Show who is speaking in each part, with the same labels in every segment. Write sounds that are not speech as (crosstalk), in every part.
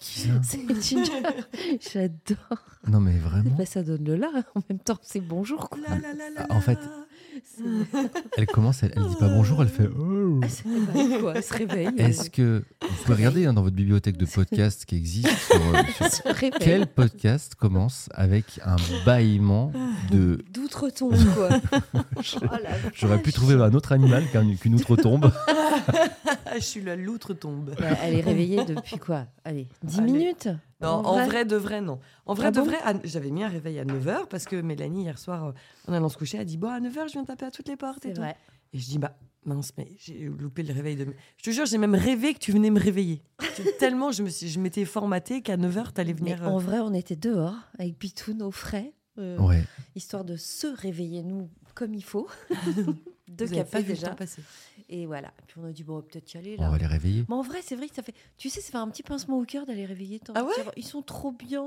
Speaker 1: C'est Ginger.
Speaker 2: (laughs)
Speaker 1: J'adore.
Speaker 2: Non, mais vraiment.
Speaker 1: Bah, ça donne le là. En même temps, c'est bonjour. Quoi.
Speaker 2: Ah, En fait, elle commence, elle, elle dit pas bonjour, elle fait. oh.
Speaker 1: Elle se réveille. Quoi. Elle se réveille.
Speaker 2: Est-ce que vous pouvez regarder hein, dans votre bibliothèque de podcasts qui existe sur, euh, sur-
Speaker 1: Elle se réveille.
Speaker 2: quel podcast commence avec un bâillement de (laughs)
Speaker 1: D'outre-tombe, quoi. Oh la
Speaker 2: J'aurais pu
Speaker 1: vache.
Speaker 2: trouver un autre animal qu'un- qu'une outre tombe.
Speaker 3: Ah, je suis la loutre tombe.
Speaker 1: Bah, elle est réveillée depuis quoi Allez, 10
Speaker 3: Allez.
Speaker 1: minutes
Speaker 3: Non, en, vrai. de vrai, non. En vrai
Speaker 1: Ah
Speaker 3: de
Speaker 1: bon
Speaker 3: vrai, à- j'avais mis un réveil à 9h parce que Mélanie, hier soir, euh, en allant se coucher, a dit Bon, à 9h, je viens taper à toutes les portes et
Speaker 1: C'est
Speaker 3: tout.
Speaker 1: vrai.
Speaker 3: Et je dis Bah, mince, mais j'ai loupé le réveil de. Je te jure, j'ai même rêvé que tu venais me réveiller. (laughs) Tu- Tellement je me suis- je m'étais formatée qu'à 9h, t'allais
Speaker 1: Mais
Speaker 3: venir. euh,
Speaker 1: en vrai, on était dehors avec Pitoun au frais, euh,
Speaker 2: Ouais.
Speaker 1: histoire de se réveiller, nous, comme il
Speaker 3: (laughs)
Speaker 1: faut. Deux
Speaker 3: vous avez pas
Speaker 1: cafés
Speaker 3: vu le
Speaker 1: déjà.
Speaker 3: temps passer.
Speaker 1: Et voilà. Puis on a dit, bon, on va peut-être y aller
Speaker 2: On
Speaker 1: là.
Speaker 2: va les réveiller.
Speaker 1: Mais en vrai, c'est vrai que ça fait. Tu sais, ça fait un petit pincement au cœur d'aller réveiller. tant
Speaker 3: Ah ouais
Speaker 1: Ils sont trop (laughs) bien.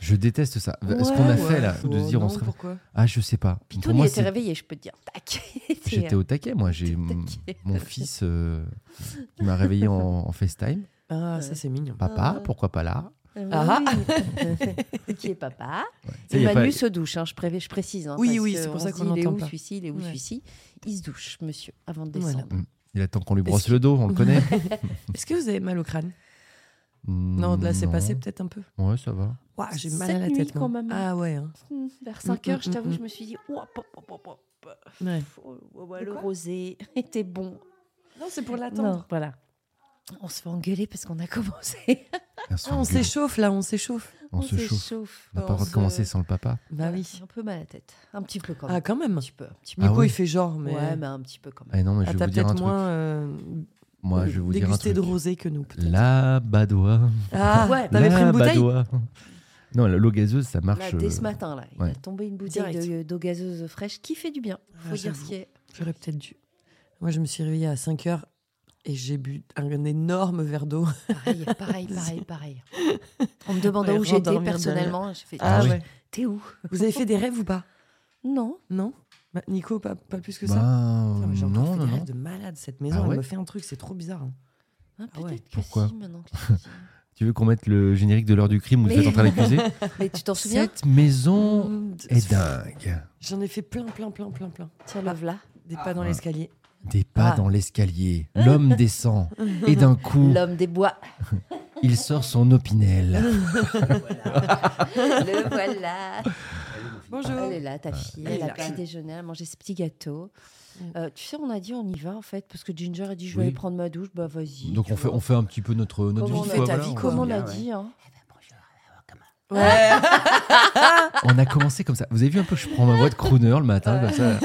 Speaker 2: Je déteste ça. Ce qu'on
Speaker 1: Ouais,
Speaker 2: a fait là, de se dire
Speaker 3: non,
Speaker 2: on se réveille.
Speaker 3: Pourquoi
Speaker 2: Ah, je sais pas.
Speaker 1: Pitoun,
Speaker 2: Pour
Speaker 1: il
Speaker 2: moi,
Speaker 1: était
Speaker 2: c'est-
Speaker 1: réveillé, je peux te dire. Tac. (laughs) euh, Il était-
Speaker 2: j'étais hein. au taquet. Moi, j'ai m-
Speaker 1: taquet.
Speaker 2: mon fils euh, qui m'a réveillé en, en FaceTime.
Speaker 3: Ah, ça, c'est mignon.
Speaker 2: Papa,
Speaker 1: Ah.
Speaker 2: pourquoi pas là
Speaker 1: Ah oui. (laughs) Qui est papa
Speaker 2: Tu sais, il y a
Speaker 1: Manu
Speaker 2: pas-
Speaker 1: se douche, hein, je, prévi- je précise. hein,
Speaker 3: Oui,
Speaker 1: parce
Speaker 3: oui,
Speaker 1: que
Speaker 3: c'est pour
Speaker 1: on
Speaker 3: ça
Speaker 1: se
Speaker 3: qu'on
Speaker 1: dit, Il est
Speaker 3: n'entend
Speaker 1: où
Speaker 3: pas.
Speaker 1: celui-ci, il est où
Speaker 3: Ouais.
Speaker 1: celui-ci Il se douche, monsieur, avant de
Speaker 3: Voilà.
Speaker 1: descendre.
Speaker 2: Il attend qu'on lui
Speaker 3: Est-ce
Speaker 2: brosse
Speaker 3: que-
Speaker 2: le dos, on le connaît.
Speaker 3: Est-ce que vous avez mal au crâne (laughs) Non, là, c'est passé peut-être un peu.
Speaker 2: Ouais, ça va.
Speaker 3: Ouah, j'ai mal à
Speaker 1: Cette
Speaker 3: la
Speaker 1: nuit,
Speaker 3: tête. moi.
Speaker 1: quand même.
Speaker 3: Ah ouais. hein.
Speaker 1: Hmm, Vers
Speaker 3: Mm,
Speaker 1: 5 heures,
Speaker 3: mm,
Speaker 1: je
Speaker 3: mm,
Speaker 1: t'avoue,
Speaker 3: mm.
Speaker 1: je me suis dit, ouah, pop, pop, pop, pop, pop.
Speaker 3: Ouais.
Speaker 1: Oh, ouais, ouais, le
Speaker 3: quoi
Speaker 1: rosé (laughs) était bon.
Speaker 3: Non, c'est pour
Speaker 1: Non, voilà. On se fait engueuler parce qu'on a commencé.
Speaker 2: On se
Speaker 3: Ah, on
Speaker 2: engueule,
Speaker 3: s'échauffe là, on s'échauffe.
Speaker 1: (laughs)
Speaker 2: on se chauffe.
Speaker 1: chauffe.
Speaker 2: On n'a pas le droit de
Speaker 1: se-
Speaker 2: commencer sans le papa.
Speaker 3: Bah
Speaker 1: Ouais,
Speaker 3: oui.
Speaker 1: j'ai un peu mal à la tête. Un petit peu quand même.
Speaker 3: Ah, quand
Speaker 1: Un
Speaker 3: même. bah,
Speaker 1: petit peu. un petit peu.
Speaker 2: Ah
Speaker 3: Nico,
Speaker 2: ouais.
Speaker 3: il fait genre, mais.
Speaker 1: Ouais, mais un petit peu quand même.
Speaker 2: Eh non, mais je
Speaker 3: Ah,
Speaker 2: vais
Speaker 3: t'as
Speaker 2: vous dire un
Speaker 3: peut-être
Speaker 2: truc.
Speaker 3: moins euh,
Speaker 2: Moi, je vais vous dire un
Speaker 3: dégusté
Speaker 2: truc.
Speaker 3: de rosé que nous. peut-être.
Speaker 2: La badois.
Speaker 3: Ah,
Speaker 1: Ouais.
Speaker 3: t'avais
Speaker 2: La
Speaker 3: pris une bouteille
Speaker 2: Badois. Non, l'eau gazeuse, ça marche.
Speaker 1: Là, dès ce
Speaker 2: euh,
Speaker 1: matin, là, il
Speaker 2: ouais.
Speaker 1: a tombé une bouteille
Speaker 3: Direct.
Speaker 1: de- d'eau gazeuse fraîche qui fait du bien. Faut
Speaker 3: Ah,
Speaker 1: dire
Speaker 3: j'avoue.
Speaker 1: ce qui est.
Speaker 3: J'aurais peut-être dû. Moi, je me suis réveillée à 5 h et j'ai bu un énorme verre d'eau.
Speaker 1: Pareil, pareil, (laughs) pareil, pareil. On me demandait
Speaker 3: Ouais,
Speaker 1: où j'étais
Speaker 3: rendormir
Speaker 1: personnellement. J'ai fait,
Speaker 2: Ah oui.
Speaker 1: t'es où
Speaker 3: Vous avez fait des rêves ou pas
Speaker 1: Non.
Speaker 3: Non Bah, Nico, pas, pas plus que
Speaker 2: bah,
Speaker 3: ça.
Speaker 2: euh,
Speaker 3: Putain, mais j'ai
Speaker 2: non,
Speaker 3: encore fait
Speaker 2: non,
Speaker 3: des
Speaker 2: non.
Speaker 3: rêves de malade cette maison.
Speaker 2: Ah ouais
Speaker 3: Elle me fait un truc, c'est trop bizarre. hein.
Speaker 1: Hein,
Speaker 3: Ah
Speaker 1: Peut-être
Speaker 3: ouais,
Speaker 1: que
Speaker 2: pourquoi
Speaker 1: si, maintenant
Speaker 2: (laughs)
Speaker 1: que tu le dis.
Speaker 2: Tu veux qu'on mette le générique de l'heure du crime où
Speaker 1: Mais-
Speaker 2: vous êtes en train d'accuser
Speaker 3: (laughs)
Speaker 1: Mais tu t'en souviens
Speaker 2: Cette maison
Speaker 3: Mm,
Speaker 2: est dingue.
Speaker 3: J'en ai fait plein, plein, plein, plein, plein.
Speaker 1: Tiens, le voilà.
Speaker 3: Des pas dans
Speaker 2: Ouais.
Speaker 3: l'escalier.
Speaker 2: Des pas
Speaker 1: Ah.
Speaker 2: dans l'escalier.
Speaker 3: (laughs)
Speaker 2: L'homme descend. Et d'un coup,
Speaker 1: L'homme des bois. (laughs)
Speaker 2: il sort son opinel.
Speaker 1: le voilà.
Speaker 3: Bonjour.
Speaker 1: Elle est là, ta fille.
Speaker 3: Elle
Speaker 1: Elle,
Speaker 3: est
Speaker 1: a
Speaker 3: là.
Speaker 1: petit déjeuner, elle a mangé ses petits gâteaux. Euh, tu sais, on a dit on y va en fait, parce que Ginger a dit je vais
Speaker 2: Oui.
Speaker 1: aller prendre ma douche. Bah vas-y.
Speaker 2: Donc
Speaker 1: tu
Speaker 2: on fait,
Speaker 1: vois.
Speaker 2: on fait un petit peu notre, notre
Speaker 1: Comme on
Speaker 3: vie,
Speaker 1: a-
Speaker 3: quoi,
Speaker 1: ta
Speaker 3: voilà,
Speaker 1: vie,
Speaker 3: Mmh. on
Speaker 1: comme
Speaker 3: voit
Speaker 1: on
Speaker 3: bien,
Speaker 1: a
Speaker 3: ouais.
Speaker 1: dit. hein.
Speaker 3: Ouais.
Speaker 2: On a commencé comme ça. Vous avez vu un peu, je prends ma voix de crooner le matin, comme ça.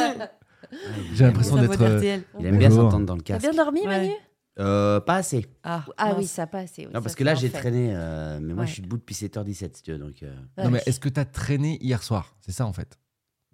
Speaker 2: J'ai l'impression
Speaker 3: Sa voix
Speaker 2: d'être. euh,
Speaker 3: d'RTL.
Speaker 4: Il aime bien
Speaker 2: Bonjour.
Speaker 4: s'entendre dans le
Speaker 1: T'as
Speaker 4: casque.
Speaker 1: bien dormi,
Speaker 3: Ouais.
Speaker 1: Manu
Speaker 4: Euh, pas assez.
Speaker 3: Ah,
Speaker 1: Ah oui,
Speaker 3: mince.
Speaker 1: ça passe. oui,
Speaker 4: Non,
Speaker 1: ça
Speaker 4: parce
Speaker 1: fait
Speaker 4: que là,
Speaker 1: un
Speaker 4: j'ai
Speaker 1: fait.
Speaker 4: traîné, euh, mais moi,
Speaker 1: Ouais.
Speaker 4: je suis debout depuis 7h17, si tu veux. Donc, euh,
Speaker 2: Non, mais
Speaker 1: Ouais.
Speaker 2: est-ce que t'as traîné hier soir C'est ça en fait.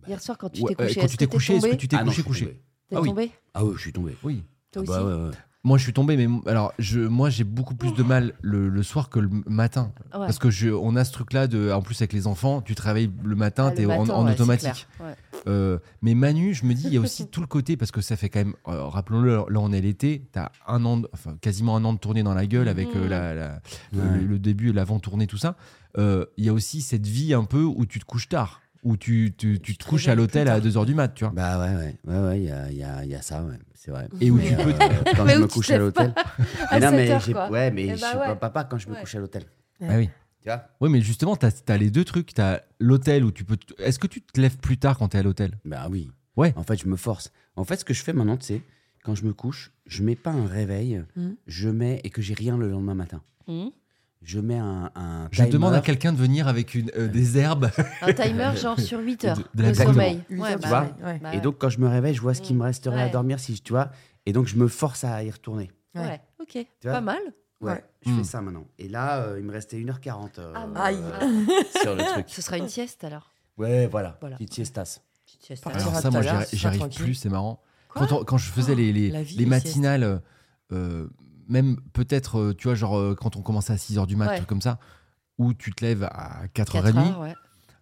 Speaker 1: Hier soir, quand tu
Speaker 2: Ouais,
Speaker 1: t'es
Speaker 2: euh,
Speaker 1: couché,
Speaker 2: quand tu t'es couché, est-ce que tu t'es
Speaker 4: ah non,
Speaker 2: couché
Speaker 4: je suis
Speaker 2: couché
Speaker 4: tombé.
Speaker 1: t'es
Speaker 2: Ah oui.
Speaker 1: tombé
Speaker 4: Ah ouais, je suis tombé.
Speaker 2: Oui.
Speaker 1: Toi
Speaker 4: Ah
Speaker 1: aussi
Speaker 4: bah ouais, ouais.
Speaker 2: Moi, je suis tombé, mais m- alors je, moi, j'ai beaucoup plus de mal le, le soir que le m- matin,
Speaker 1: Ah ouais.
Speaker 2: parce que je, on a ce truc-là de, en plus avec les enfants, tu travailles le
Speaker 1: Ah,
Speaker 2: matin,
Speaker 1: le
Speaker 2: t'es en,
Speaker 1: matin,
Speaker 2: en
Speaker 1: ouais, c'est
Speaker 2: automatique.
Speaker 1: clair. Ouais.
Speaker 2: Euh, mais Manu, je me dis, il y a aussi tout le côté parce que ça fait quand même, euh, rappelons-le, là on est l'été, t'as un an, de- enfin quasiment un an de tournée dans la gueule avec euh,
Speaker 1: Mhm.
Speaker 2: la- la-
Speaker 4: Ouais.
Speaker 2: le, le début et l'avant tournée, tout ça. Euh, Il y a aussi cette vie un peu où tu te couches tard, où tu, tu, tu te
Speaker 3: te
Speaker 2: couches à
Speaker 3: réveilles plus
Speaker 2: l'hôtel à
Speaker 3: tard.
Speaker 2: 2h du mat, tu vois.
Speaker 4: Bah ouais, ouais, ouais, ouais, il y a, il y a- il y a ça, ouais, c'est vrai.
Speaker 2: Et où
Speaker 4: Mais,
Speaker 2: tu peux-
Speaker 4: euh,
Speaker 1: (laughs)
Speaker 4: Quand
Speaker 1: Mais
Speaker 4: je
Speaker 1: où
Speaker 4: me
Speaker 1: tu
Speaker 4: couche
Speaker 1: te
Speaker 4: à
Speaker 1: lèves pas
Speaker 4: l'hôtel.
Speaker 1: à
Speaker 4: Mais non,
Speaker 1: 7
Speaker 4: mais
Speaker 1: heures,
Speaker 4: j'ai-
Speaker 1: quoi.
Speaker 4: ouais, mais
Speaker 1: Eh
Speaker 4: je
Speaker 1: bah
Speaker 4: suis
Speaker 1: ouais.
Speaker 4: pas papa quand je me
Speaker 1: Ouais.
Speaker 4: couche à l'hôtel.
Speaker 2: Ah oui.
Speaker 4: Tu vois
Speaker 2: Oui, mais justement, t'as as les deux trucs. T'as l'hôtel où tu peux. t- Est-ce que tu te lèves plus tard quand t'es à l'hôtel
Speaker 4: Bah oui.
Speaker 2: Ouais.
Speaker 4: En fait, je me force. En fait, ce que je fais maintenant, tu sais, quand je me couche, je mets pas un réveil,
Speaker 1: Hmm.
Speaker 3: Mhm.
Speaker 4: je mets et que j'ai rien le lendemain matin.
Speaker 1: Mhm.
Speaker 4: je mets un. un
Speaker 2: Je
Speaker 4: timer.
Speaker 2: demande à quelqu'un de venir avec une, euh, des herbes.
Speaker 1: Un
Speaker 2: (laughs)
Speaker 1: timer genre sur 8 heures
Speaker 2: de la
Speaker 1: de
Speaker 2: exactement.
Speaker 1: sommeil.
Speaker 3: Huit
Speaker 1: Ouais,
Speaker 3: heures de
Speaker 1: bah
Speaker 4: sommeil.
Speaker 1: ouais.
Speaker 3: Ouais.
Speaker 1: Bah
Speaker 4: Et
Speaker 1: ouais. Mm.
Speaker 4: donc, quand je me réveille, je vois ce qui me resterait à
Speaker 1: Ouais.
Speaker 4: dormir, si je- tu vois. Et donc, je me force à y retourner.
Speaker 3: Ouais.
Speaker 1: Ouais, ok.
Speaker 4: vois
Speaker 1: Pas mal.
Speaker 4: Ouais,
Speaker 3: Ouais.
Speaker 4: je
Speaker 2: Mm.
Speaker 4: fais ça maintenant. Et là, euh, il me restait 1h40 euh,
Speaker 1: Ah,
Speaker 3: Aïe.
Speaker 4: (laughs) sur
Speaker 1: (laughs)
Speaker 4: le truc.
Speaker 1: Ce sera une sieste alors.
Speaker 4: Ouais, voilà.
Speaker 1: Voilà.
Speaker 4: Petite siestas.
Speaker 1: Petite sieste.
Speaker 2: Ah,
Speaker 3: Partir
Speaker 2: Alors
Speaker 3: à
Speaker 2: ça,
Speaker 3: tout
Speaker 2: moi,
Speaker 3: à
Speaker 2: j'y
Speaker 3: l'heure,
Speaker 2: arri-
Speaker 3: ce
Speaker 2: j'y
Speaker 3: sera
Speaker 2: arrive
Speaker 3: tranquille.
Speaker 2: plus, c'est marrant.
Speaker 3: Quoi
Speaker 2: Quand, on- quand je faisais les, les-
Speaker 3: La vie,
Speaker 2: les
Speaker 3: les
Speaker 2: matinales, euh, euh, même peut-être, euh, tu vois, genre euh, quand on commençait à 6h du mat,
Speaker 1: Ouais.
Speaker 2: truc comme ça, où tu te lèves à 4h30.
Speaker 1: 4 heures, ouais.